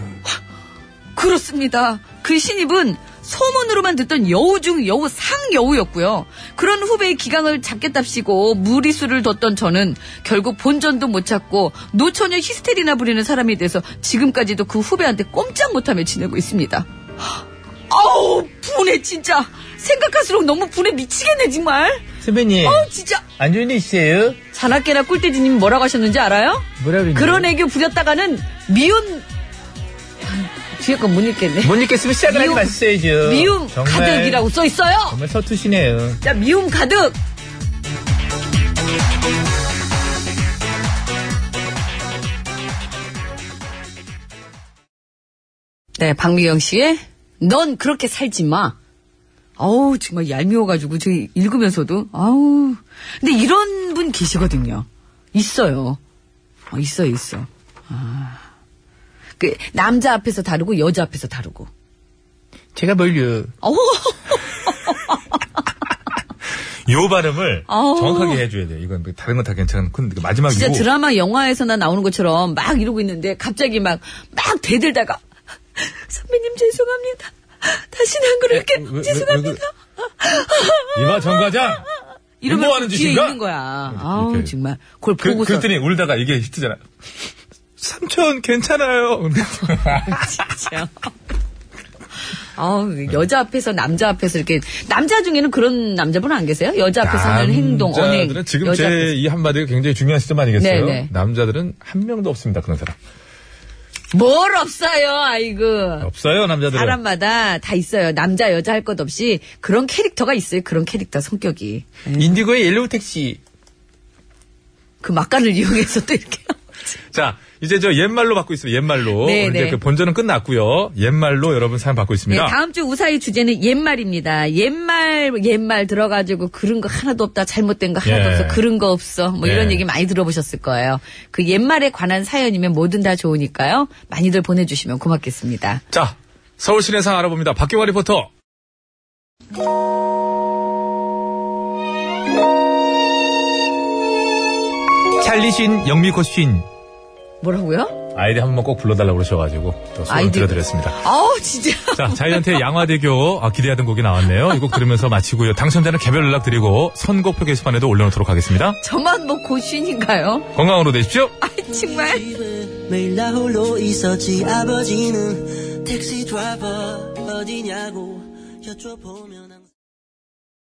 Speaker 3: 그렇습니다. 그 신입은 소문으로만 듣던 여우 중 여우 상여우였고요. 그런 후배의 기강을 잡겠답시고 무리수를 뒀던 저는 결국 본전도 못 찾고 노처녀 히스테리나 부리는 사람이 돼서 지금까지도 그 후배한테 꼼짝 못하며 지내고 있습니다. 아우 분해 진짜 생각할수록 너무 분해 미치겠네 정말.
Speaker 5: 선배님.
Speaker 3: 아우 진짜
Speaker 5: 안 좋은 일 있으세요?
Speaker 3: 자나깨나 꿀돼지님 뭐라고 하셨는지 알아요?
Speaker 5: 뭐라 그랬는데?
Speaker 3: 그런 애교 부렸다가는 미운 뒤에 건 못 읽겠네.
Speaker 5: 못 읽겠으면 시작을 하지
Speaker 3: 미움-
Speaker 5: 마셔야죠.
Speaker 3: 미움
Speaker 5: 뭐, 정말.
Speaker 3: 가득이라고 써 있어요.
Speaker 5: 정말 서투시네요.
Speaker 3: 자 미움 가득. 네, 박미경 씨의 넌 그렇게 살지 마. 아우 정말 얄미워가지고 저 읽으면서도 아우 근데 이런 분 계시거든요. 있어요. 어, 있어 있어. 아. 그 남자 앞에서 다르고 여자 앞에서 다르고.
Speaker 5: 제가 뭘요?
Speaker 3: 어우
Speaker 23: 요 발음을
Speaker 3: 아우.
Speaker 23: 정확하게 해줘야 돼요.
Speaker 32: 그
Speaker 23: 이건 뭐 다른 건 다 괜찮은 근데 그 마지막이고.
Speaker 3: 진짜 드라마 영화에서나 나오는 것처럼 막 이러고 있는데 갑자기 막 막 대들다가 (laughs) 선배님 죄송합니다. 다시는 안 그럴게
Speaker 32: 왜, 왜, 왜
Speaker 3: 죄송합니다.
Speaker 23: 이봐 정 과장.
Speaker 3: 이러면
Speaker 23: 뭐 하는
Speaker 3: 뒤에
Speaker 23: 짓인가? 네,
Speaker 3: 있는 거야. 아우
Speaker 23: 이렇게.
Speaker 3: 정말 그걸
Speaker 23: 그,
Speaker 3: 보고서
Speaker 23: 그랬더니 울다가 이게 히트잖아.
Speaker 2: (laughs)
Speaker 32: 삼촌, 괜찮아요.
Speaker 3: 진짜. 아 여자 앞에서 남자 앞에서 이렇게 남자 중에는 그런 남자분 안 계세요? 여자 앞에서 하는 그 행동, 언행.
Speaker 2: 남자들은 지금
Speaker 3: 여자
Speaker 2: 제
Speaker 3: 앞에서.
Speaker 2: 이 한마디가 굉장히 중요한 시점 아니겠어요?
Speaker 3: 네, 네.
Speaker 2: 남자들은 한 명도 없습니다. 그런 사람.
Speaker 3: 뭘 없어요, 아이고.
Speaker 2: 없어요,
Speaker 23: 네.
Speaker 2: 남자들은.
Speaker 3: 사람마다 다 있어요. 남자, 여자 할 것 없이 그런 캐릭터가 있어요. 그런 캐릭터 성격이.
Speaker 9: 인디고의 옐로우 택시.
Speaker 3: 그 막간을 (laughs) 이용해서 또 이렇게.
Speaker 2: 자, 이제 저 옛말로 받고 있습니다. 옛말로.
Speaker 3: 네,
Speaker 2: 오늘 이제
Speaker 3: 네.
Speaker 2: 그 본전은 끝났고요. 옛말로 여러분 사연 받고
Speaker 3: 네,
Speaker 2: 있습니다.
Speaker 3: 다음 주 우사의 주제는 옛말입니다. 옛말, 옛말 들어가지고 그런 거 하나도 없다, 잘못된 거 하나도
Speaker 2: 예.
Speaker 3: 없어, 그런 거 없어. 뭐 이런
Speaker 2: 예.
Speaker 3: 얘기 많이 들어보셨을 거예요. 그 옛말에 관한 사연이면 뭐든 다 좋으니까요. 많이들 보내주시면 고맙겠습니다.
Speaker 2: 자, 서울 시내 상 알아봅니다. 박경화 리포터.
Speaker 5: 찰리 쉰, 영미코 쉰.
Speaker 3: 뭐라고요?
Speaker 2: 아이디 한 번만 꼭 불러달라고 그러셔가지고 또 소원
Speaker 3: 아이디.
Speaker 2: 들려드렸습니다.
Speaker 3: 아우, 진짜. (laughs)
Speaker 2: 자, 자이언트의 양화대교 아, 기대하던 곡이 나왔네요. 이 곡 들으면서 마치고요. 당첨자는 개별 연락 드리고 선곡표 게시판에도 올려놓도록 하겠습니다.
Speaker 3: 저만 뭐 고신인가요?
Speaker 2: 건강으로 되십시오.
Speaker 3: 아이, 정말.
Speaker 1: 매일 나 홀로 있었지 아버지는 택시 드라이버 어디냐고 여쭤보면 항상